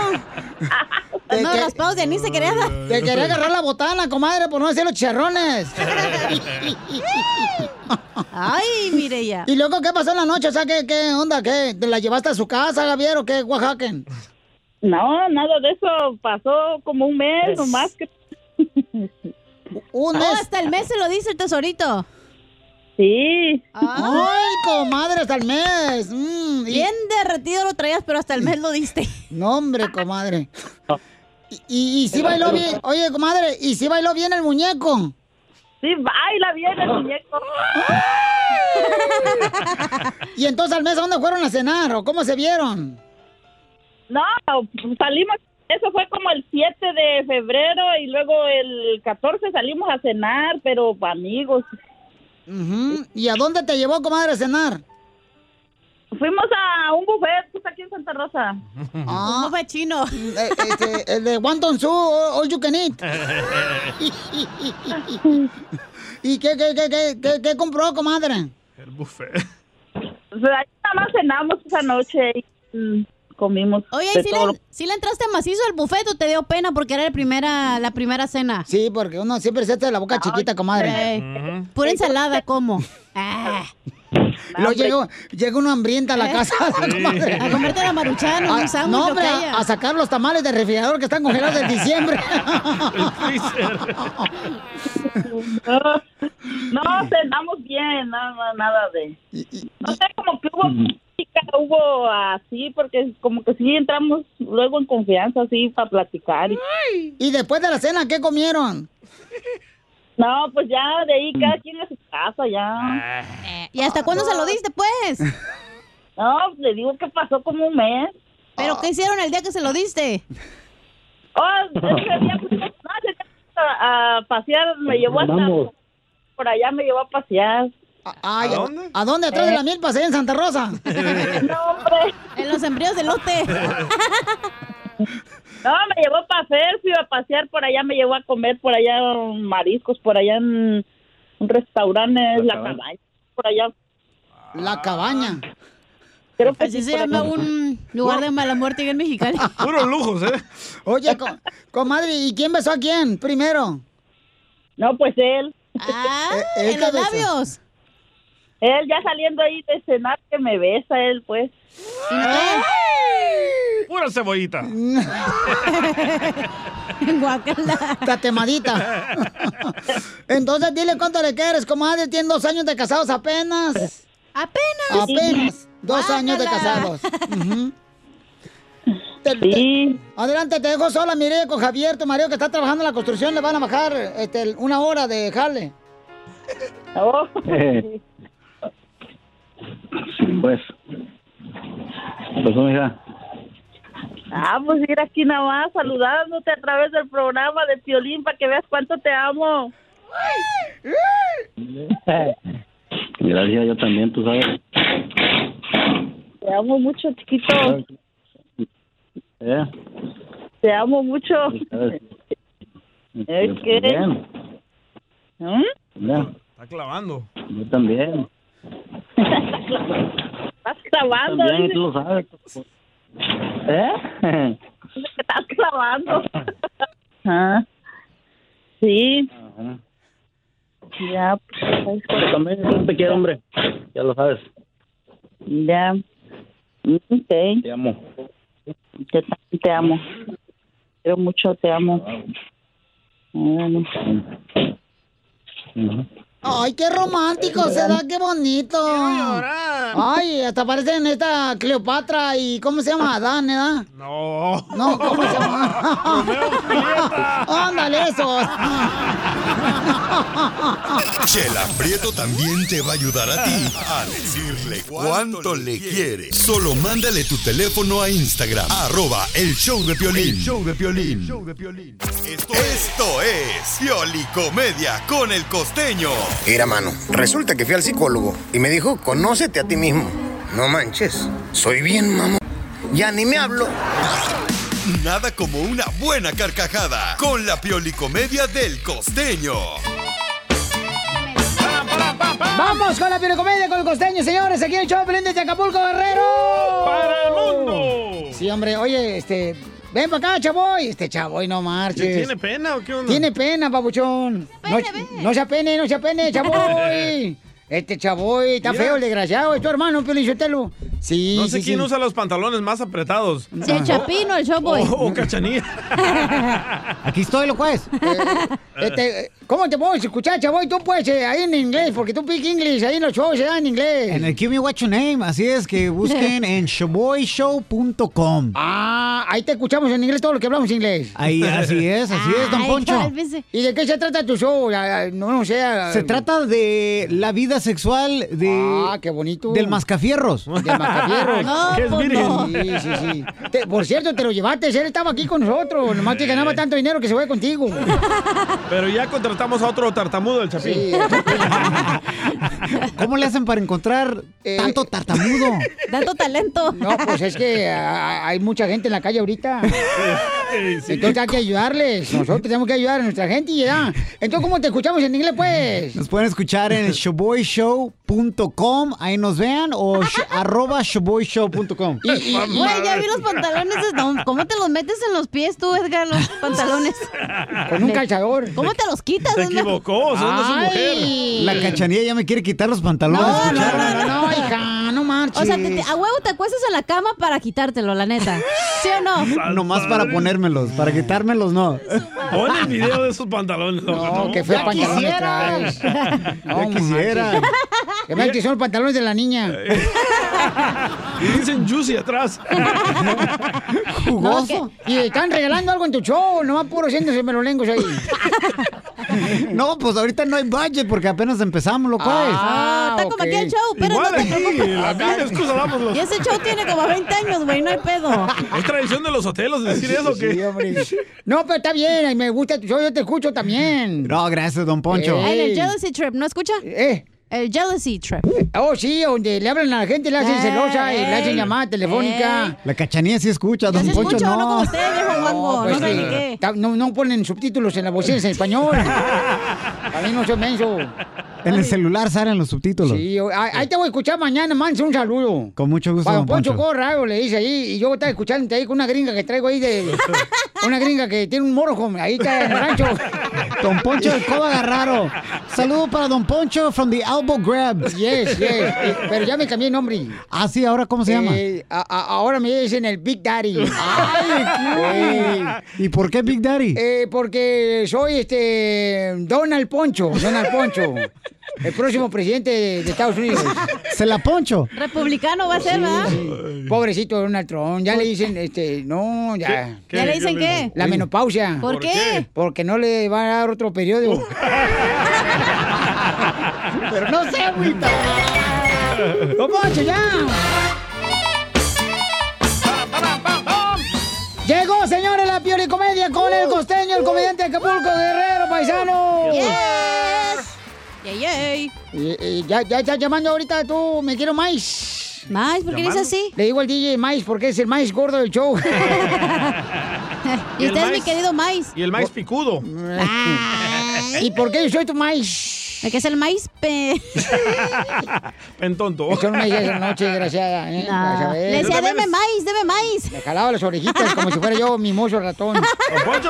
S9: no,
S1: que-
S9: raspados de anís se quería dar.
S1: Te quería agarrar la botana, comadre, por no hacer los charrones.
S9: Ay, Mireya.
S1: ¿Y luego qué pasó en la noche? O sea, ¿qué, qué onda? ¿Qué? ¿Te la llevaste a su casa, Javier, o qué, Oaxaquen?
S14: No, nada de eso. Pasó como un mes o más que...
S1: Un
S9: mes. hasta el mes se lo dice el tesorito.
S14: Sí.
S1: Ay, comadre, hasta el mes.
S9: Bien derretido lo traías, pero hasta el mes lo diste.
S1: No, hombre, comadre. Y, y sí bailó bien. Oye, comadre, ¿y sí bailó bien el muñeco? Ah.
S14: Sí, baila bien el muñeco.
S1: Y entonces al mes, ¿a dónde fueron a cenar o cómo se vieron?
S14: No, salimos, eso fue como el 7 de febrero y luego el 14 salimos a cenar, pero pa' amigos.
S1: ¿Y a dónde te llevó, comadre, a cenar?
S14: Fuimos a un buffet, pues aquí en Santa Rosa.
S1: Ah.
S9: Un buffet chino.
S1: este, el de Wonton Su, all all you can eat. ¿Y qué, qué, qué, qué, qué, qué compró, comadre?
S2: El buffet.
S14: O sea, ahí nada más cenamos esa noche y mm, comimos.
S9: Oye,
S14: de
S9: ¿y si
S14: todo
S9: le, si le entraste macizo al buffet o te dio pena porque era la primera, la primera cena?
S1: Sí, porque uno siempre se hace la boca chiquita, comadre.
S9: Pura
S1: ¿Eh?
S9: ensalada, ¿cómo?
S1: Luego llegó, llegó una hambrienta a la
S9: ¿Eh?
S1: casa. comadre.
S9: A comerte la maruchan, un
S1: A-
S9: sándwich,
S1: No,
S9: lo
S1: hombre,
S9: que
S1: a,
S9: haya.
S1: a sacar los tamales del refrigerador que están congelados de diciembre.
S14: No, cenamos bien, nada, no, no, nada de... No sé, como que hubo plática, hubo así, porque como que sí entramos luego en confianza, así, para platicar. y-
S1: ¿Y después de la cena qué comieron?
S14: No, pues ya de ahí cada quien a su casa,
S7: Ah.
S14: ya.
S9: ¿Y hasta cuándo se lo diste, pues?
S14: No, le digo que pasó como un mes.
S9: ¿Pero qué hicieron el día que se lo diste?
S14: Oh, ese día fuimos no, ese día fuimos a, a pasear, me llevó hasta...
S1: Vamos.
S14: Por allá me llevó a pasear.
S1: Ah,
S14: Eh.
S1: Ay, ¿A dónde? ¿Atrás de la milpa? ¿Allá en Santa Rosa?
S14: No, hombre.
S9: En los sembríos del lote.
S14: No, me llevó para hacer, fui a pasear por allá, me llevó a comer por allá um, mariscos, por allá en un restaurante, en la
S1: cabaña.
S14: cabaña, por allá.
S1: La cabaña.
S14: Creo que
S9: Así
S14: sí,
S9: se
S14: por
S9: llama
S14: allá.
S9: un lugar de mala muerte en Mexicali.
S2: Puros lujos, ¿eh?
S1: Oye, co- comadre, ¿y quién besó a quién primero?
S14: No, pues él.
S9: Ah,
S1: Eh, él
S9: en los
S1: cabeza.
S9: labios.
S14: Él ya saliendo ahí de cenar que me besa él, pues. Ah.
S2: Pura cebollita.
S9: Guacala.
S1: Tatemadita. Entonces dile cuánto le quieres, comadre. Tienen dos años de casados apenas.
S9: Apenas.
S1: Apenas. Dos años de
S9: Guácala.
S1: casados. Ujú. Te- te- adelante, te dejo sola, mire, con Javier, tu marido que está trabajando en la construcción. Le van a bajar este, una hora de jale.
S14: Oh.
S22: Eh, pues, pues, mira,
S14: Ah, pues ir aquí nada más saludándote a través del programa de Piolín para que veas cuánto te amo.
S22: gracias, yo también, tú sabes.
S14: Te amo mucho, chiquito.
S22: Eh,
S14: Te amo mucho. Es que...
S15: Eh, Bien.
S14: ¿Mm?
S15: Mira,
S2: Está clavando.
S15: yo también.
S14: Estás clavando.
S15: También,
S14: dice.
S15: tú lo sabes. ¿Eh?
S14: Te estás clavando. Ah, Sí,
S15: Ajá.
S14: ya. pues,
S15: Yo también yo te quiero, hombre. Ya lo sabes.
S14: Ya. Mm, Ok.
S15: Te amo.
S14: Yo también te amo. Quiero mucho, te amo. Órale.
S1: Ay, qué romántico, se da, qué bonito. Ay, hasta parecen esta Cleopatra y ¿cómo se llama? Adán, ¿verdad?
S2: No.
S1: No, ¿cómo se llama? Ándale eso.
S6: Chela Prieto también te va a ayudar a ti a decirle cuánto le quieres. Solo mándale tu teléfono a Instagram, arroba el show de Piolín.
S3: El
S6: show de Piolín. Esto, esto es Piolicomedia con el costeño.
S3: Mira, mano, resulta que fui al psicólogo y me dijo, conócete a ti mismo. No manches, soy bien, mamá. Ya ni me hablo.
S6: Nada como una buena carcajada con la Piolicomedia del costeño.
S1: Vamos con la pirocomedia con el costeño, señores. Aquí en el show de Pelín desde Acapulco, Guerrero. Uh, ¡Para el mundo! Sí, hombre, oye, este. Ven para acá, chavoy. Este chavoy no marches.
S2: ¿Tiene pena o qué onda?
S1: Tiene pena, papuchón. No, no se apene, no se apene, chavoy. Este chavoy está
S2: Mira.
S1: feo, el desgraciado. Es tu hermano, Piolín Sotelo. Sí,
S2: No sé
S1: sí,
S2: quién
S1: sí.
S2: usa los pantalones más apretados.
S1: Sí, el Chapino, el Showboy.
S2: O, o Cachanilla.
S1: Aquí estoy, lo
S15: pues.
S1: juez.
S2: Eh.
S1: este, ¿Cómo te puedo escuchar, chavoy? Tú puedes eh, ahí en inglés, porque tú pick English, ahí en los shows se dan en inglés.
S5: En el Give Me What Your Name, así es que busquen en showboyshow.com.
S1: Ah, ahí te escuchamos en inglés todo lo que hablamos inglés.
S5: Ahí, así es, así es, don Poncho.
S1: ¿Y de qué se trata tu show? Ah, ah, No, no sé. ah,
S5: Se trata de la vida sexual de.
S1: Ah, qué bonito.
S5: Del mascafierros.
S1: Del mascafierros.
S5: Que es
S1: pues
S5: virgen.
S1: Sí, sí, sí. Te- por cierto, te lo llevaste, él estaba aquí con nosotros. Nomás que
S5: Eh.
S1: ganaba tanto dinero que se fue contigo.
S2: Pero ya contratamos a otro tartamudo, el Chapín.
S5: ¿Cómo le hacen para encontrar tanto tartamudo?
S1: Tanto talento. Eh. No, pues es que ah, hay mucha gente en la calle ahorita. Entonces hay que ayudarles. Nosotros tenemos que ayudar a nuestra gente y ya. Entonces, ¿cómo te escuchamos en inglés, pues?
S5: Nos pueden escuchar en showboyshow.com, ahí nos vean, o sh- arroba showboyshow.com.
S9: Güey, ya vi los pantalones. no, ¿Cómo te los metes en los pies tú, Edgar, los pantalones?
S5: Con un calzador.
S9: ¿Cómo te los quitas?
S5: Se
S9: Edgar?
S5: equivocó, son de su mujer.
S9: Ay.
S5: La cachanilla ya me quiere quitar los pantalones.
S9: No, no,
S5: ¿escucharon?
S9: no,
S1: no, hija, no marches.
S9: O sea, te- te- a huevo te acuestas en la cama para quitártelo, la neta. ¿Sí o no?
S5: Nomás para ponérmelos, para quitármelos no.
S2: Pon el video de esos pantalones. No,
S1: qué feo pantalones traes.
S5: Ya quisiera.
S1: Que vean que son los pantalones de la niña.
S2: Y dicen Juicy atrás.
S1: No, que- y están regalando algo en tu show, nomás puro haciéndose melolengos ahí.
S5: No, pues ahorita no hay budget porque apenas empezamos, pues. lo cual.
S9: Ah, está como aquí el show, pero no te preocupes.
S2: dámoslo.
S9: Y ese show tiene como 20 años, güey, no hay pedo.
S2: ¿Es tradición de los hoteles decir eso o qué?
S1: Sí, hombre. No, pero está bien, y me gusta tu show, yo te escucho también. Eh.
S5: No, gracias, don Poncho.
S9: En el Jealousy Trip, ¿no escucha? El Jealousy Trip.
S1: Oh, sí, donde le hablan a la gente, le hacen
S9: Eh,
S1: celosa y le hacen
S9: eh,
S1: llamada telefónica.
S5: La cachanilla sí escucha, don
S1: sí
S5: Poncho
S1: escucho,
S5: no.
S1: no como usted, viejo
S5: guango,
S1: pues,
S5: no sabe ni
S1: eh,
S5: qué.
S1: ta- No, no ponen subtítulos en la bocina en español. A mí no soy menso.
S5: En el celular salen los subtítulos.
S1: Sí, yo- ah, ahí te voy a escuchar mañana, man, un saludo.
S5: Con mucho gusto,
S1: Para
S5: don
S1: don Poncho,
S5: Poncho.
S1: Corrado le dice ahí, y yo estaba escuchándote ahí con una gringa que traigo ahí de... Una gringa que tiene un morojo, ahí está en el rancho.
S5: Don Poncho del Coba Garraro. Saludo para Don Poncho from the Elbow Grab.
S1: Yes, yes. Eh, Pero ya me cambié el nombre.
S5: Ah, sí, ahora cómo se llama.
S1: Eh, a- a- ahora me dicen el Big Daddy.
S5: ¿Y por qué Big Daddy?
S1: Eh, porque soy este Donald Poncho, Donald Poncho, el próximo presidente de, de Estados Unidos.
S5: Se la poncho.
S9: Republicano va a ser, ¿verdad?
S1: Pobrecito Donald Trump, ya le dicen, este, no, ya.
S9: ¿Qué? ¿Ya le dicen qué?
S1: La menopausia.
S9: ¿Por ¿Por qué? Uh. qué?
S1: Porque no le va a dar otro periodo. Pero no sé, agüita. ¡No, Poncho, ya! Llegó, señores, la Pioli Comedia con el costeño, el comediante de Acapulco, Guerrero, paisano.
S9: Yes. Yay, yay.
S1: Y- y ya, ya está llamando ahorita tú, me quiero maíz.
S9: ¿Maíz? ¿Por qué dices Llamando. así?
S1: Le digo al DJ maíz porque es el maíz gordo del show.
S9: Y,
S2: el
S9: usted es mi
S2: maíz?
S9: querido maíz.
S2: Y el maíz picudo.
S9: ¿Y por qué yo soy tu maíz? ¿Qué es el maíz? Pe...
S2: Pentonto.
S1: Yo no me llegué noche, desgraciada. ¿eh? Para
S9: No.
S1: saber.
S9: Le decía, deme maíz, deme maíz.
S1: Me jalaba las orejitas como si fuera yo mimoso ratón.
S2: Don Poncho,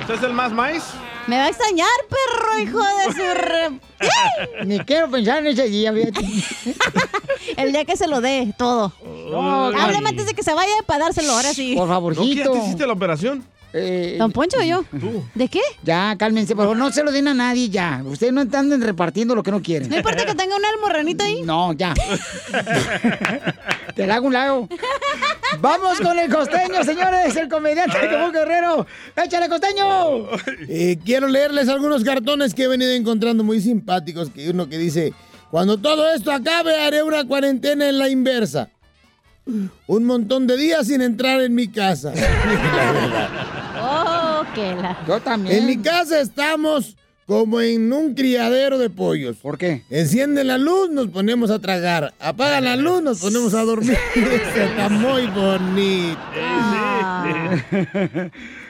S2: ¿usted es el más maíz?
S9: Me va a extrañar, perro, hijo de su... re-
S1: Ni quiero pensar en ese día, fíjate.
S9: El día que se lo dé, todo.
S2: Ay.
S9: Háblame antes de que se vaya para dárselo, ahora sí.
S2: ¿No que ya te hiciste la operación?
S1: Eh.
S9: ¿Don Poncho o yo?
S2: Tú.
S9: ¿De qué?
S1: Ya, cálmense, por favor, no se lo den a nadie ya. Ustedes no están repartiendo lo que no quieren.
S9: No importa que tenga un almorranito ahí.
S1: No, ya. Te la hago un lado. Vamos con el costeño, señores, el comediante de Acapulco Guerrero. ¡Échale, costeño!
S17: Eh, quiero leerles algunos cartones que he venido encontrando muy simpáticos. Que uno que dice, cuando todo esto acabe haré una cuarentena en la inversa. Un montón de días sin entrar en mi casa.
S9: Oh, que la.
S1: Yo también.
S17: En mi casa estamos como en un criadero de pollos.
S1: ¿Por qué?
S17: Encienden la luz, nos ponemos a tragar. Apagan la luz, nos ponemos a dormir. Eso Está muy bonito.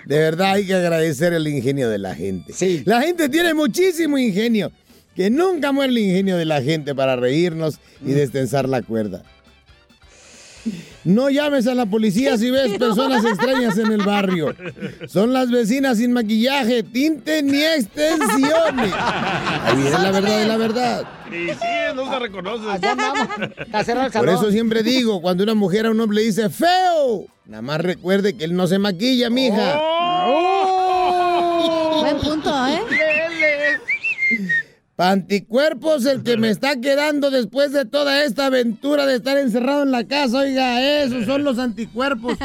S17: De verdad hay que agradecer el ingenio de la gente. Sí. La gente tiene muchísimo ingenio. Que nunca muere el ingenio de la gente para reírnos y destensar la cuerda. No llames a la policía si ves personas extrañas en el barrio. Son las vecinas sin maquillaje, tinte ni extensiones. Ahí viene la verdad de la verdad.
S2: Y sí, no se reconoce.
S17: Por eso siempre digo, cuando una mujer a un hombre le dice feo, nada más recuerde que él no se maquilla, mija.
S14: Oh.
S9: Buen punto, ¿eh?
S17: Panticuerpos, el que me está quedando después de toda esta aventura de estar encerrado en la casa, oiga, esos son los anticuerpos.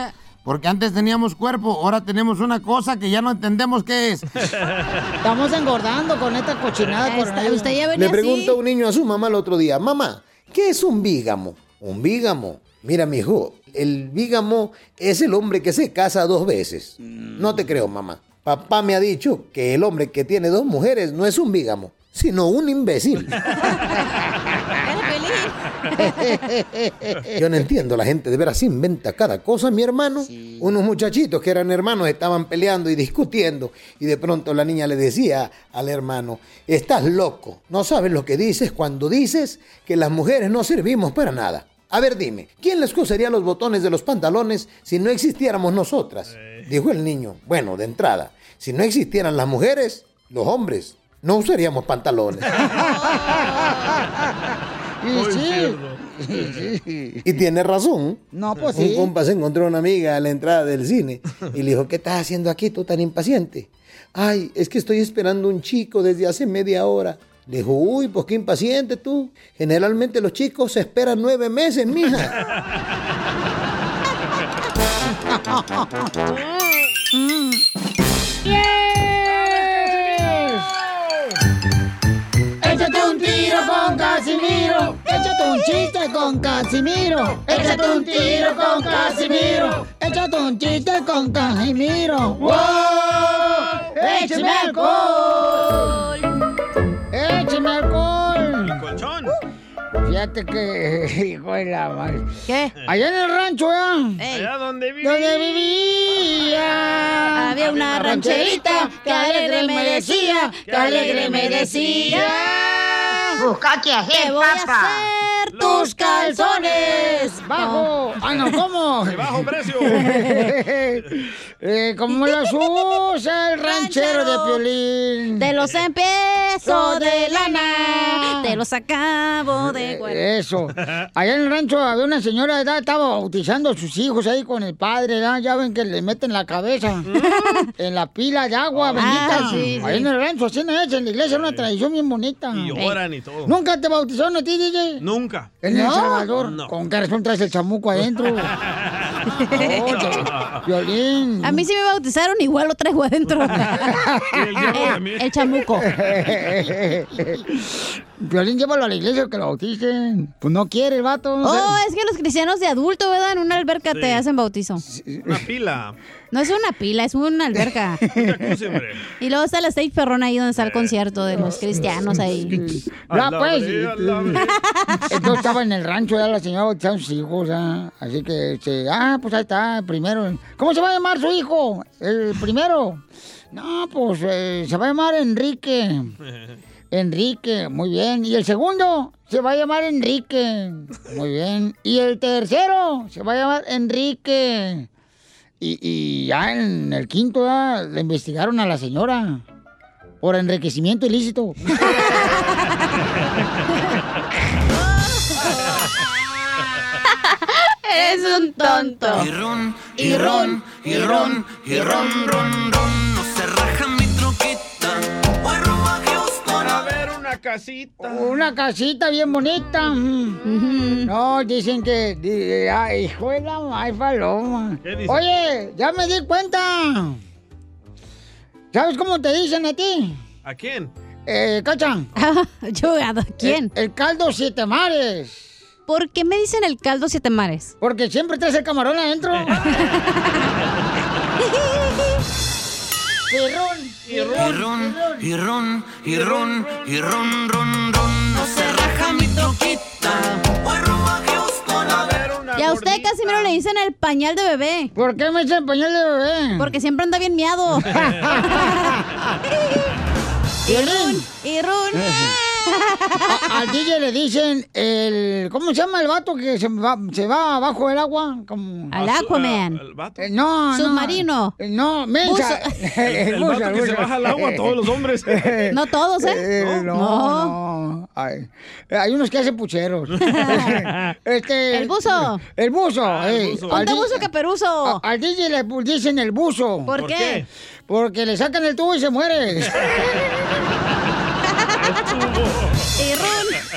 S17: Porque antes teníamos cuerpo, ahora tenemos una cosa que ya no entendemos qué es.
S1: Estamos engordando con esta cochinada coronavirus.
S16: Le pregunta un niño a su mamá el otro día, mamá, ¿qué es un bígamo? Un bígamo. Mira, mijo, el bígamo es el hombre que se casa dos veces. No te creo, mamá. Papá me ha dicho que el hombre que tiene dos mujeres no es un bígamo, sino un imbécil. Yo no entiendo, la gente de veras inventa cada cosa, mi hermano. Unos muchachitos que eran hermanos estaban peleando y discutiendo y de pronto la niña le decía al hermano, estás loco, no sabes lo que dices cuando dices que las mujeres no servimos para nada. A ver, dime, ¿quién les cosería los botones de los pantalones si no existiéramos nosotras? Dijo el niño, bueno, de entrada, si no existieran las mujeres, los hombres no usaríamos pantalones.
S1: Y sí.
S16: Y tiene razón.
S1: No, pues
S16: Un
S1: sí.
S16: compa se encontró a una amiga a la entrada del cine y le dijo, ¿qué estás haciendo aquí tú tan impaciente? Ay, es que estoy esperando un chico desde hace media hora. Le dijo, uy, pues qué impaciente tú. Generalmente los chicos se esperan nueve meses, mija.
S1: Échate un tiro con Casimiro. Échate un chiste con Casimiro. Échate un tiro con Casimiro. Échate un chiste con Casimiro. ¡Wow! ¡Échame alcohol! ¡Échame alcohol! ¡El colchón! Fíjate que, hijo de la madre.
S9: ¿Qué?
S1: Allá en el rancho, ¿eh?
S2: Allá donde vivía.
S1: Donde vivía.
S9: Había una rancherita que alegre me decía, que alegre me decía.
S1: Busca que
S9: Te voy a hacer tus calzones.
S1: Bajo. Ay, no, ¿cómo? De
S2: bajo precio.
S1: eh, ¿Cómo los usa el ranchero de Piolín?
S9: De los empiezo de
S2: Ah.
S9: lana, te los acabo de guardar.
S1: Eh, Eso. Allá en el rancho había una señora, ¿verdad? estaba bautizando a sus hijos ahí con el padre, ¿verdad? ya ven que le meten la cabeza en la pila de agua bendita.
S2: Mm. Ah, sí,
S1: Ahí
S2: sí.
S1: en el rancho, así no es, en la iglesia, una tradición bien bonita.
S2: Y lloran y todo.
S1: ¿Nunca te bautizaron a ti, DJ?
S2: Nunca.
S1: En El
S2: No.
S1: Salvador,
S2: No.
S1: con qué razón traes el chamuco adentro. No, Violín.
S9: A mí sí me bautizaron, igual lo traigo adentro. el, el chamuco.
S1: Violín, llévalo a la iglesia que lo bauticen. Pues no quiere el vato.
S9: Oh, es que los cristianos de adulto, ¿verdad? En una alberca te hacen bautizo.
S2: Una pila.
S9: No es una pila, es una alberca. y luego está la stage perrona ahí donde está el concierto de los cristianos ahí.
S1: Ya, pues. Yo estaba en el rancho, ya la señora bautizaba a sus hijos, ya. Así que, este, ah, pues ahí está, el primero. ¿Cómo se va a llamar su hijo? El primero. No, pues eh, se va a llamar Enrique. Enrique, muy bien. Y el segundo se va a llamar Enrique. Muy bien. Y el tercero se va a llamar Enrique. Y, y ya en el quinto ya le investigaron a la señora por enriquecimiento ilícito.
S9: Eres un tonto.
S19: Y ron, y ron, y ron, y ron, ron, ron. No se raja mi troquita. Voy rumbo a Houston a ver una casita.
S1: Una casita bien bonita. Mm. No, dicen que. di- Ay, hijo de la madre, paloma.
S19: ¿Qué dice?
S1: Oye, ya me di cuenta. ¿Sabes cómo te dicen a ti?
S2: ¿A quién?
S1: Eh, ¿Cacha?
S9: Jugado. ¿Quién?
S1: El, el caldo siete mares.
S9: ¿Por qué me dicen el caldo siete mares?
S1: Porque siempre traes el camarón adentro. Pirrón,
S19: Y ron, y ron, y ron, y ron, ron, ron. No se raja mi troquita. Voy rumbo a Houston a ver una
S9: Y a usted casi me le dicen el pañal de bebé.
S1: ¿Por qué me dicen pañal de bebé?
S9: Porque siempre anda bien miado. y run, y run.
S1: A- al DJ le dicen el. ¿Cómo se llama el vato que se va, se va abajo del agua? Como...
S9: Al Azu- Aquaman. a- al
S2: vato.
S1: Eh, no, no.
S9: Submarino.
S1: Eh, No, mensa.
S9: Buzo.
S2: El- el vato que se baja al agua, todos los hombres.
S9: No todos, ¿eh?
S1: no,
S9: No.
S1: no. Ay, eh, hay unos que hacen pucheros. este,
S9: El buzo.
S1: El buzo.
S19: Ah,
S1: eh. Al
S9: Ponte
S1: di-
S9: buzo que peruso.
S1: a- Al DJ le pu- dicen el buzo.
S9: ¿Por ¿Por qué? qué?
S1: Porque le sacan el tubo y se muere.
S9: Y run,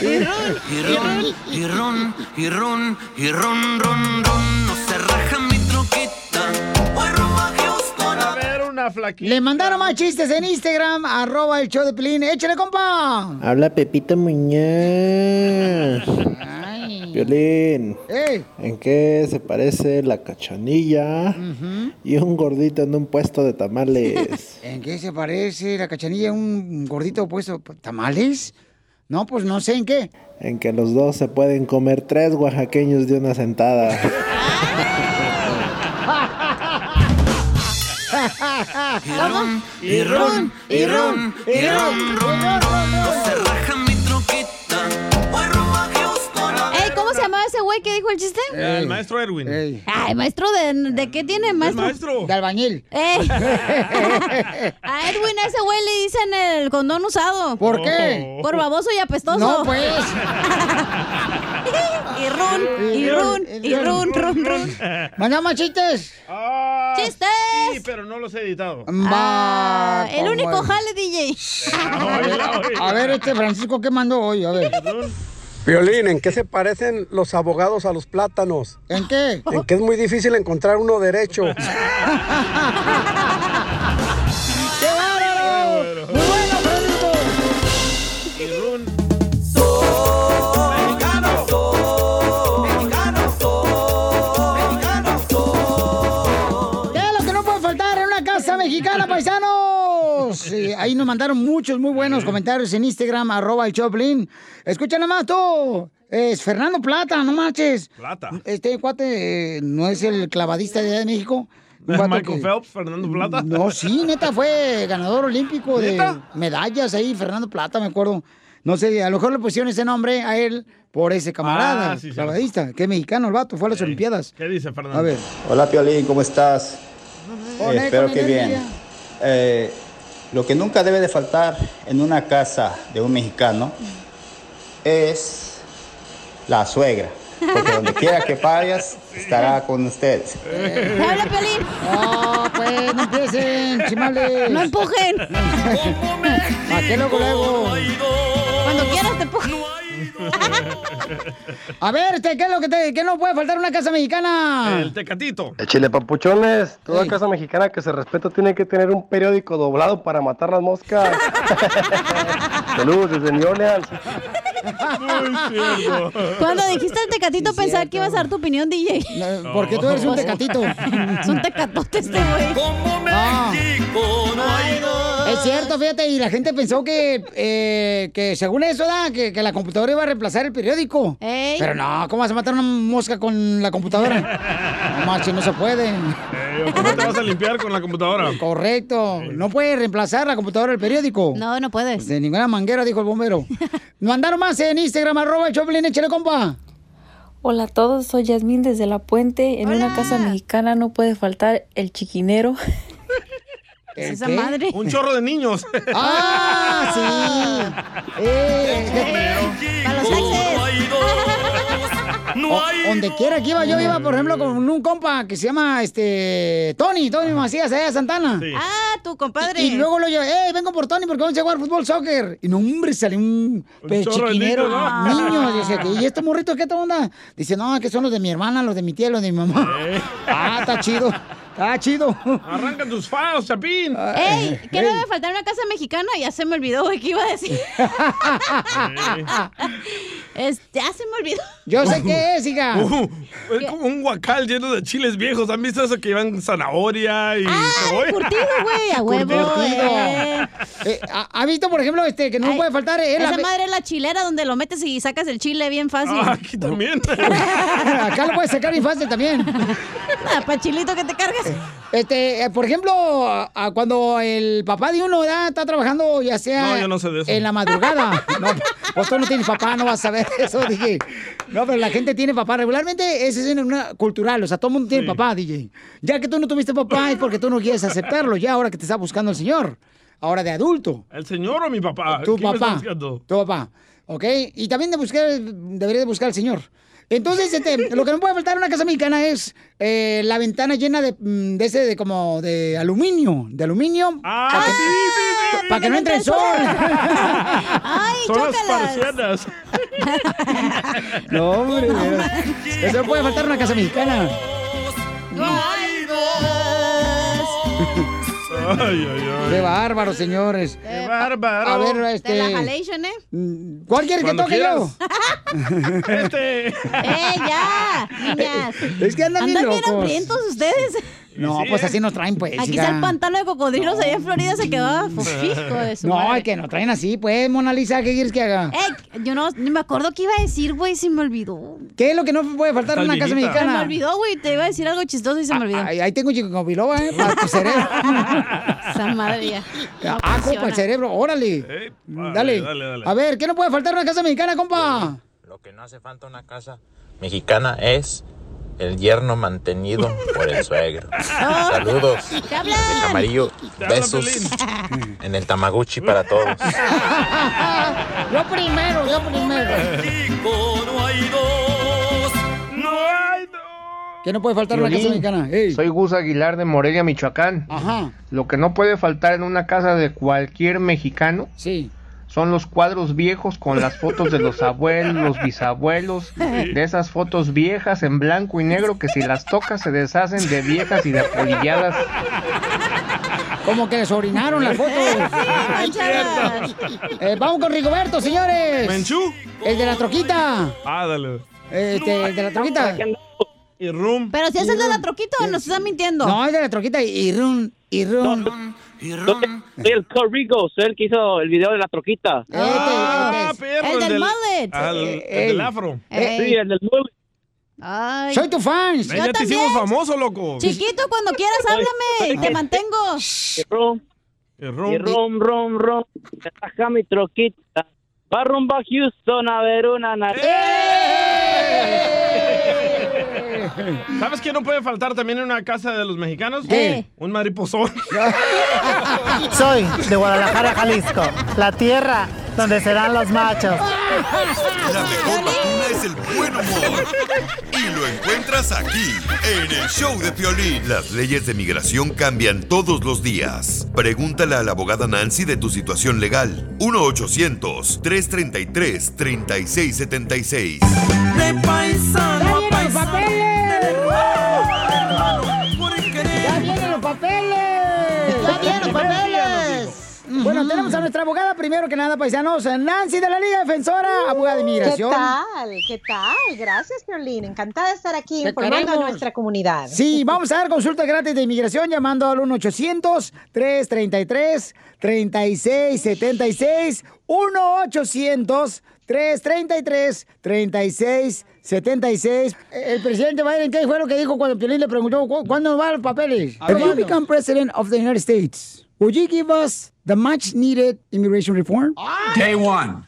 S9: y run.
S19: Y ron, y ron, y ron, y ron, ron, ron. No se raja mi troquita. Voy rumbo a Houston a ver una flaquita.
S1: Le mandaron más chistes en Instagram, arroba el show de Pelín. Échale, compa.
S25: Habla Pepita Muñoz. Violín.
S1: ¡Ey!
S25: ¿En qué se parece la cachanilla y un gordito en un puesto de tamales?
S1: ¿En qué se parece la cachanilla? ¿Un gordito puesto tamales? No, pues no sé en qué.
S25: en que los dos se pueden comer tres oaxaqueños de una sentada.
S19: Y ron, y ron, y ron, y ron, ron, ron. No se raja mi troquita. Voy rumbo a Houston a ver
S9: Ey, ¿cómo se llamaba ese güey que dijo el chiste?
S2: El maestro Erwin.
S9: Ay, maestro, ¿de, de qué tiene maestro?
S2: maestro.
S1: De albañil.
S9: Ey. A Edwin, a ese güey le dicen el condón usado.
S1: ¿Por qué?
S9: Por baboso y apestoso.
S1: No, pues.
S9: y run, y run, y run, run, run.
S1: Mandamos más chistes.
S9: ¡Chistes!
S2: Ah, Sí, pero no los he editado.
S9: Ah, el
S1: Mm, ¿cómo
S9: único
S1: es?
S9: jale, DJ.
S1: A ver, este Francisco, ¿qué mandó hoy? A ver.
S3: Violín, ¿en qué se parecen los abogados a los plátanos?
S1: ¿En qué?
S3: En que es muy difícil encontrar uno derecho.
S1: ¡Qué bárbaro! ¡Muy bueno, Francisco! ¿Qué es lo que no puede faltar en una casa mexicana, paisanos? Eh, ahí nos mandaron muchos muy buenos comentarios en Instagram, arroba el Choplin. Escucha nada más tú. Es Fernando Plata, no marches.
S2: Plata.
S1: Este cuate eh, no es el clavadista de allá de México. Un vato
S2: Michael
S1: que-
S2: Phelps, Fernando Plata.
S1: No, sí, neta, fue ganador olímpico de
S2: ¿Neta?
S1: medallas ahí, Fernando Plata, me acuerdo. No sé, a lo mejor le pusieron ese nombre a él por ese camarada,
S2: Ah, sí, sí.
S1: clavadista, que es mexicano el vato, fue a las Olimpiadas.
S2: ¿Qué dice Fernando?
S1: A ver.
S26: Hola Piolín, ¿cómo estás?
S1: Con
S26: Eh, espero
S1: eco,
S26: que
S1: mi
S26: bien.
S1: energía.
S26: Eh, lo que nunca debe de faltar en una casa de un mexicano es la suegra. Porque donde quiera que vayas, estará con ustedes.
S1: Eh.
S9: ¡Habla, Pelín!
S1: ¡No, pues, no empiecen, chimales!
S9: ¡No empujen!
S1: ¿A qué luego, luego?
S9: Cuando quieras te empujo.
S1: A ver, este, ¿qué es lo que te, qué no puede faltar en una casa mexicana?
S2: El tecatito.
S24: El chile papuchones, toda casa mexicana que se respeta tiene que tener un periódico doblado para matar las moscas. Saludos desde New Orleans.
S9: Cuando dijiste el tecatito, pensaba que ibas a dar tu opinión, DJ.
S1: porque tú eres un tecatito.
S9: es un tecatote este güey.
S1: Ah. Es cierto, fíjate, y la gente pensó que, eh, que según eso, da, que, que la computadora iba a reemplazar el periódico. Pero no, ¿cómo vas a matar una mosca con la computadora? No marches, no se puede.
S2: Eh, ¿o ¿Cómo te vas a limpiar con la computadora?
S1: Correcto. No puede reemplazar la computadora el periódico.
S9: No, no puedes.
S1: De ninguna manguera, dijo el bombero. Mandaron más en Instagram, arroba el Choplin, échale compa.
S4: Hola a todos, soy Yasmín desde La Puente. En una casa mexicana no puede faltar el chiquinero.
S2: ¿Qué?
S4: esa madre?
S2: Un chorro de niños.
S1: ¡Ah,
S2: Eh,
S1: sí!
S7: ¡Para los
S1: O- Donde quiera que iba, yo iba, por ejemplo, con un compa que se llama este Tony, Tony Macías, allá de Santana.
S9: Ah, tu compadre.
S1: Y, y luego lo llevo, ¡eh, vengo por Tony porque vamos a jugar fútbol soccer! Y no, hombre, sale un, pe-
S7: chorro de
S1: chiquinero,
S7: niños, ¿no?
S1: niño. Dice, que, ¿y estos morritos qué onda? Dice, no, que son los de mi hermana, los de mi tía, los de mi mamá. Ah, está chido, está chido.
S2: Arranca tus faos, chapín.
S9: ¡Ey! ¿Qué no debe faltar en una casa mexicana? Ya se me olvidó, güey, ¿qué iba a decir? Es- ya se me olvidó.
S2: Uh, es como un guacal lleno de chiles viejos. ¿Han visto eso que llevan zanahoria y cebolla?
S9: curtido, güey, a huevo, eh.
S1: Eh, ¿Ha ha visto, por ejemplo, este que no puede faltar? eh,
S9: Esa
S1: la-
S9: madre es la chilera donde lo metes y sacas el chile bien fácil.
S2: Ah, aquí también.
S1: Acá lo puedes sacar bien fácil también.
S9: Ah, Pachilito que te cargas.
S1: Este, eh, por ejemplo, a- a cuando el papá de uno ya está trabajando, ya sea
S2: No, yo no sé de eso.
S1: en la madrugada. No, pues tú no tienes papá, no vas a saber eso, DJ. No, pero la gente tiene papá. Regularmente eso es en una cultural, o sea, todo el mundo tiene papá, DJ. Ya que tú no tuviste papá es porque tú no quieres aceptarlo, ya ahora que te está buscando el señor, ahora de adulto.
S2: ¿El señor o mi papá?
S1: Tu
S2: ¿Quién me está
S1: papá.
S2: buscando?
S1: Tu papá. ¿Ok? Y también de buscar, deberías de buscar al señor. Entonces, este, lo que no puede faltar en una casa mexicana es eh, la ventana llena de, mm, de ese, de como de aluminio. De aluminio.
S2: Ah,
S1: para que, pa' que no entre el sol.
S9: ¡Ay,
S2: Son las parcianas.
S1: no, hombre. de veras. Eso no puede faltar en una casa mexicana. Qué bárbaro, señores.
S9: Qué
S2: bárbaro.
S1: A ver,
S9: Te
S1: este.
S9: Oh, la jalation, ¿eh?
S1: ¿Cuál quieres que
S9: Cuando
S1: toque yo?
S2: este.
S9: ¡Eh, ya! Niñas.
S1: Es que andan bien
S9: bien
S1: locos.
S9: hambrientos ustedes.
S1: No, pues así nos traen, pues.
S9: Aquí
S1: hija.
S9: está el pantano de cocodrilos allá en Florida se quedaba fijo de su
S1: No,
S9: madre.
S1: es que nos traen así, pues, Mona Lisa, ¿qué quieres que haga?
S9: Eh, yo no ni me acuerdo qué iba a decir, güey, se me olvidó.
S1: ¿Qué es lo que no puede faltar en una casa
S9: Se me
S1: mexicana? Ah,
S9: olvidó, güey, te iba a decir algo chistoso y se me olvidó.
S1: Ahí, ahí tengo chico biloba, ¿eh? Para tu cerebro.
S9: Esa madre ya. no
S1: ah, compa,
S9: funciona.
S1: el cerebro, órale.
S2: Eh,
S1: dale.
S8: dale, dale.
S1: A ver, ¿qué no puede faltar en una casa mexicana, compa?
S8: Lo que no hace falta una casa mexicana es el yerno mantenido por el suegro. Saludos
S7: ¿Te
S8: de Camarillo. Besos en el Tamaguchi para todos.
S1: Yo primero, yo primero. ¿Qué no puede faltar en una casa
S23: Violín,
S1: mexicana?
S23: Soy Gus Aguilar de Morelia, Michoacán.
S1: Ajá.
S23: Lo que no puede faltar en una casa de cualquier mexicano son los cuadros viejos con las fotos de los abuelos, los bisabuelos, de esas fotos viejas en blanco y negro que si las tocas se deshacen de viejas y de apolilladas.
S1: Como que les orinaron las fotos. Eh, vamos con Rigoberto, señores.
S2: ¿Menchú?
S1: El de la troquita.
S2: Ah, dale.
S1: Este, el de la troquita.
S2: Y rum.
S9: Pero si es el de la troquita, nos están mintiendo.
S1: uh, No, es de la troquita y run, y run.
S27: Soy el Cole Rigo, soy el que hizo el video de la troquita.
S1: este,
S2: Ah, perro.
S9: El del mullet.
S2: ah, el-
S9: Eh,
S2: el del
S9: ey.
S2: afro.
S9: Ey. Sí, el
S27: del mullet.
S9: Ay.
S1: Soy tu fan.
S9: Yo
S2: ya te hicimos
S9: también.
S2: famoso, loco.
S9: Chiquito, cuando quieras, háblame. Te mantengo.
S27: Rom,
S2: rom,
S27: y rom, rom, rom. Baja mi troquita. Va rumbo a Houston a ver una nariz.
S7: ¡Eh!
S2: ¿Sabes qué no puede faltar también en una casa de los mexicanos?
S10: ¿Qué?
S2: Un mariposón.
S10: Soy de Guadalajara, Jalisco, la tierra donde serán los machos.
S6: La mejor vacuna es es el buen humor. Y lo encuentras aquí, en el show de Piolín. Las leyes de migración cambian todos los días. Pregúntale a la abogada Nancy de tu situación legal. 1-800-333-3676.
S7: De paisano a
S1: ¡Ya vienen los papeles! ¡Ya vienen los papeles! Bueno, tenemos a nuestra abogada primero que nada, paisanos, Nancy de la Liga Defensora, Ah, abogada de inmigración.
S12: ¿Qué tal? ¿Qué tal? Gracias, Violín. Encantada de estar aquí
S1: Te
S12: informando
S1: queremos.
S12: a nuestra comunidad.
S1: Sí, vamos a dar consulta gratis de inmigración llamando al 1-800-333-3676. 1-800-333-3676. El presidente Biden, ¿qué fue lo que dijo cuando Piolín le preguntó "¿Cu- cuándo van los papeles?
S28: A ver.
S1: If you become president of the United States, would you give us the much needed immigration reform?
S2: Ah.
S26: Day one.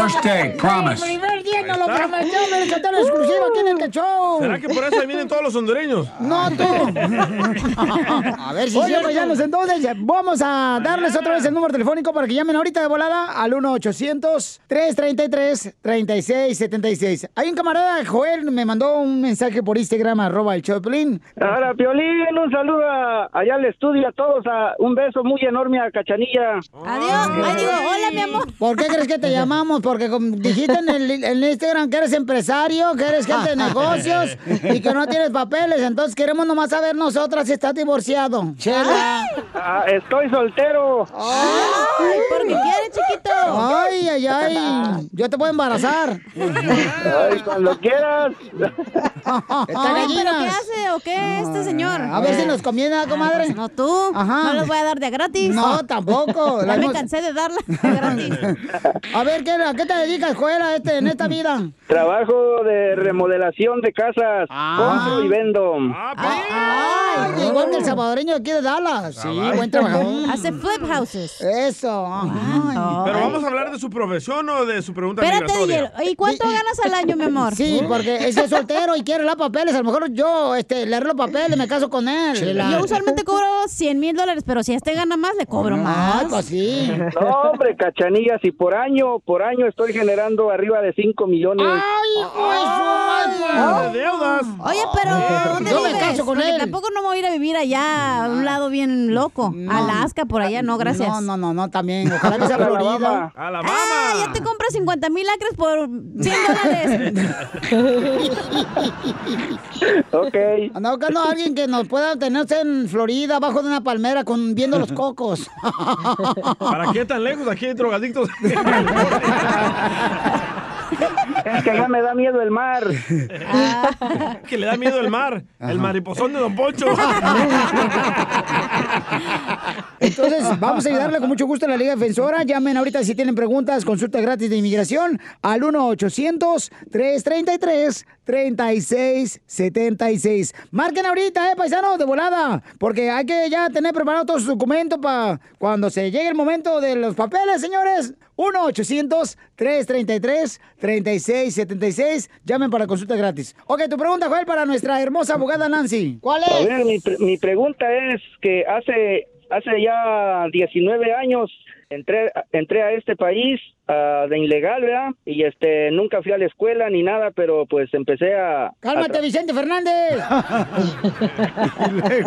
S26: First day, promise.
S1: El primer día nos lo
S2: está.
S1: prometió, me lo contaron exclusivo aquí en el cachorro.
S2: ¿Será que por eso ahí vienen todos los hondureños?
S1: No, tú.
S2: a
S1: A ver si Oye, paisanos, entonces eh, vamos a darles otra vez el número telefónico para que llamen ahorita de volada al 1-800-333-3676. Hay un camarada, Joel, me mandó un mensaje por Instagram, arroba el Choplin.
S26: Ahora, Piolín, un saludo a- allá al estudio, a todos, a- un beso muy enorme a Cachanilla.
S1: Oh. Adiós, digo, hola, mi amor. ¿Por qué crees que te llamamos? Porque como dijiste en el en Instagram que eres empresario, que eres gente de negocios y que no tienes papeles. Entonces queremos nomás saber nosotras si estás divorciado. Chela.
S26: Ah, estoy soltero.
S1: Ay, porque quiere, chiquito. Ay, ay, ay. Yo te puedo embarazar.
S26: Ay, cuando quieras.
S1: Está
S9: Ay, ¿Pero
S1: gallinas.
S9: qué hace o qué este señor? Ah, pues,
S1: A ver si nos conviene, ¿verdad, comadre.
S9: no tú.
S1: Ajá.
S9: No los voy a dar de gratis.
S1: No, tampoco.
S9: Ya
S1: Las
S9: me
S1: hemos-
S9: cansé de darla.
S1: A ver, ¿qué, ¿a qué te dedicas, Joel, a este, en esta vida?
S26: Trabajo de remodelación de casas.
S1: Ah.
S26: Compro y vendo.
S1: Ay, igual que el salvadoreño aquí de Dallas. Sí, buen trabajador.
S9: Hace flip houses.
S1: Eso.
S2: Pero vamos a hablar de su profesión o de su pregunta
S9: Espérate,
S2: migratoria.
S9: ¿y cuánto ganas al año, mi amor?
S1: Sí, porque ese es soltero y quiere las papeles. A lo mejor yo este, le arreglo papeles, me caso con él.
S9: Yo usualmente cobro 100 mil dólares, pero si este gana más, le
S1: Ah,
S9: cobro más.
S1: pues. sí.
S26: No, hombre, Cachanilla, si por año, por año estoy generando arriba de 5 millones.
S1: Ah.
S2: De deudas.
S9: Oye, pero ¿dónde
S1: Yo me
S9: vives?
S1: caso con
S9: Porque
S1: él.
S9: tampoco no me voy a ir a vivir allá, a un lado bien loco. Alaska, por allá, no, gracias.
S1: No, no, no, no, también. Ojalá que sea Florida.
S9: Ah, ya te compras 50 mil acres por 100 dólares.
S26: ok.
S1: Anda buscando a alguien que nos pueda tenerse en Florida, abajo de una palmera, con, viendo los cocos.
S2: ¿Para qué tan lejos? Aquí hay drogadictos.
S26: Es que ya me da miedo el mar.
S9: Ah.
S2: que le da miedo el mar. El mariposón de Don Poncho.
S1: Entonces, vamos a ayudarle con mucho gusto a la Liga Defensora. Llamen ahorita si tienen preguntas, consulta gratis de inmigración al 1-800-333-3676. Marquen ahorita, eh, paisanos, de volada, porque hay que ya tener preparado todos sus documentos para cuando se llegue el momento de los papeles, señores. 1-800-333-3676. Llamen para consulta gratis. Ok, tu pregunta, Joel, para nuestra hermosa abogada Nancy. ¿Cuál
S26: A
S1: es?
S26: ver, mi, pre- mi pregunta es que hace hace ya 19 años entré entré a este país ah, de ilegal, ¿verdad? Y este nunca fui a la escuela ni nada, pero pues empecé a a
S1: Cálmate, Vicente Fernández.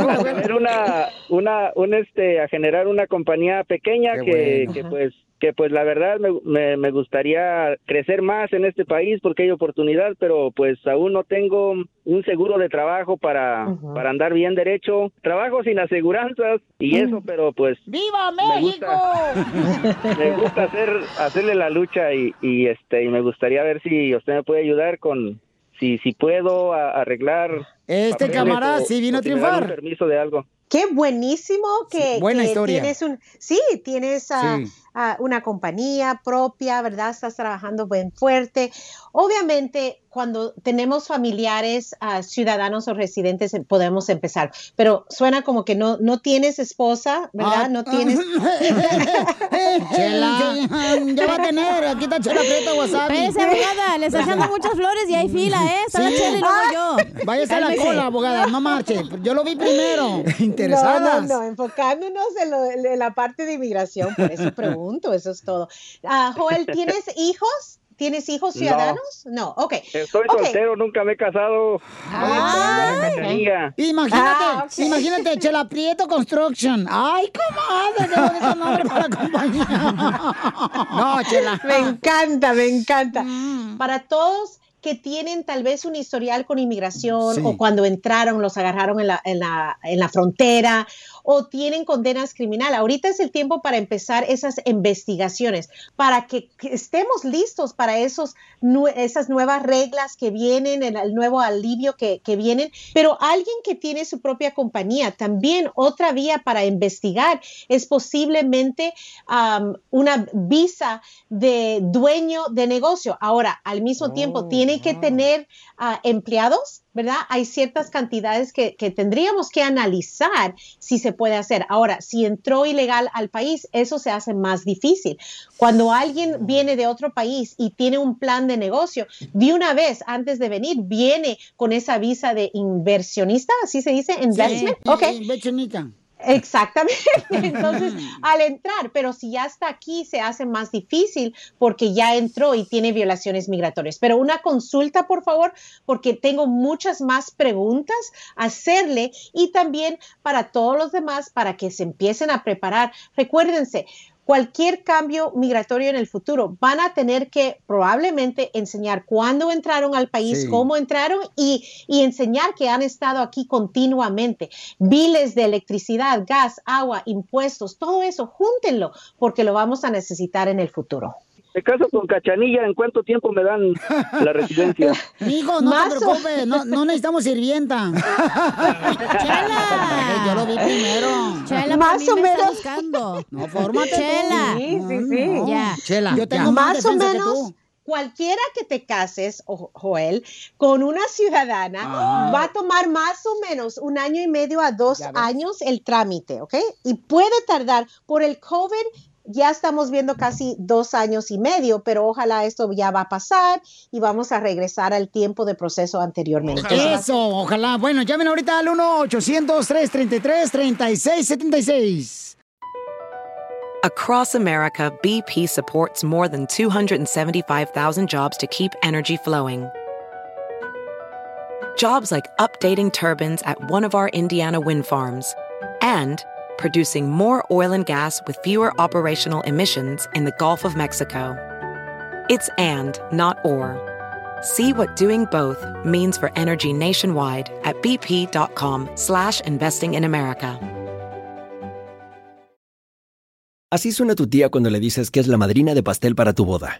S26: a tener una, una, un este, a generar una compañía pequeña
S1: Qué
S26: que,
S1: bueno.
S26: que pues, que pues la verdad me, me, me gustaría crecer más en este país porque hay oportunidad, pero pues aún no tengo un seguro de trabajo para, para andar bien derecho. Trabajo sin aseguranzas y eso, pero pues
S1: ¡Viva
S26: Me gusta. me gusta hacer, hacerle la lucha y, y este, y me gustaría ver si usted me puede ayudar con, si, si puedo a- arreglar.
S1: Este
S26: papeles
S1: camarada
S26: o-
S1: sí vino
S26: o
S1: a
S26: si me dan un
S1: triunfar.
S26: permiso de algo.
S12: Qué buenísimo que,
S26: Sí, buena
S12: que
S26: historia.
S12: tienes un sí, tienes ah,
S26: Sí.
S12: ah, una compañía propia, ¿verdad? Estás trabajando bien fuerte. Obviamente, cuando tenemos familiares, ah, ciudadanos o residentes, eh, podemos empezar. Pero suena como que no, no tienes esposa, ¿verdad?
S1: Ah,
S12: no tienes.
S1: Chela. Ya va a tener, aquí está Chela Prieto Wasabi.
S9: Espérese, abogada, le está echando muchas flores y hay fila, ¿eh? Está la
S1: Sí. Ah.
S9: chela y luego yo.
S1: Váyase a la
S9: Cálmese.
S1: cola, abogada, no marche. Yo lo vi primero.
S12: No,
S1: Interesadas.
S12: no, no, enfocándonos en, lo- en la parte de inmigración, por eso pregunto, eso es todo. Ah, Joel, ¿tienes hijos? ¿Tienes hijos ciudadanos? No, ok.
S26: Estoy
S12: Ok.
S26: soltero, nunca me he casado.
S1: Ah,
S26: Cachanilla.
S1: Imagínate,
S12: Ah, ok.
S1: imagínate, Chela Prieto Construction. Ay, comadre, qué bonito nombre para la compañía.
S12: No,
S1: Chela. Mm.
S12: Me encanta, me encanta. Para todos que tienen tal vez un historial con inmigración
S10: Sí.
S12: o cuando entraron los agarraron en la, en la- en la frontera o tienen condenas criminales. Ahorita es el tiempo para empezar esas investigaciones, para que, que estemos listos para esos, nue- esas nuevas reglas que vienen, el, el nuevo alivio que, que vienen. Pero alguien que tiene su propia compañía, también otra vía para investigar es posiblemente um, una visa de dueño de negocio. Ahora, al mismo tiempo, tiene que tener ah, empleados, ¿verdad? Hay ciertas cantidades que, que tendríamos que analizar si se puede hacer. Ahora, si entró ilegal al país, eso se hace más difícil. Cuando alguien viene de otro país y tiene un plan de negocio, de una vez antes de venir, viene con esa visa de inversionista, así se dice, investment. Ok.
S1: Inversionista.
S12: Exactamente. Entonces, al entrar, pero si ya está aquí, se hace más difícil porque ya entró y tiene violaciones migratorias. Pero una consulta, por favor, porque tengo muchas más preguntas a hacerle y también para todos los demás, para que se empiecen a preparar. Recuérdense, cualquier cambio migratorio en el futuro, van a tener que probablemente enseñar cuándo entraron al país,
S10: Sí.
S12: cómo entraron y, y enseñar que han estado aquí continuamente. Biles de electricidad, gas, agua, impuestos, todo eso, júntenlo porque lo vamos a necesitar en el futuro.
S26: Me caso con Cachanilla, ¿en cuánto tiempo me dan la residencia?
S1: Hijo, no
S12: Más
S1: te
S12: o-
S1: preocupes, no, no necesitamos sirvienta. Chela. Yo lo vi primero.
S9: Chela, por mí me está buscando.
S1: No, fórmate tú.
S9: Chela.
S12: Sí, sí,
S1: No,
S12: sí.
S1: no.
S12: Ya.
S1: Chela, yo tengo más,
S12: más o
S1: defensa que
S12: menos
S1: tú.
S12: cualquiera que te cases, o- Joel, con una ciudadana,
S10: Ah.
S12: va a tomar más o menos un año y medio a dos años el trámite, ¿ok? Y puede tardar por el COVID. Ya estamos viendo casi dos años y medio, pero ojalá esto ya va a pasar y vamos a regresar al tiempo de proceso anteriormente.
S1: Eso, ojalá. Bueno, llamen ahorita al 1-800-333-3676.
S29: Across America, BP supports more than 275,000 jobs to keep energy flowing. Jobs like updating turbines at one of our Indiana wind farms and producing more oil and gas with fewer operational emissions in the Gulf of Mexico. It's and, not or. See what doing both means for energy nationwide at bp.com slash investing in America.
S30: Así suena tu tía cuando le dices que es la madrina de pastel para tu boda.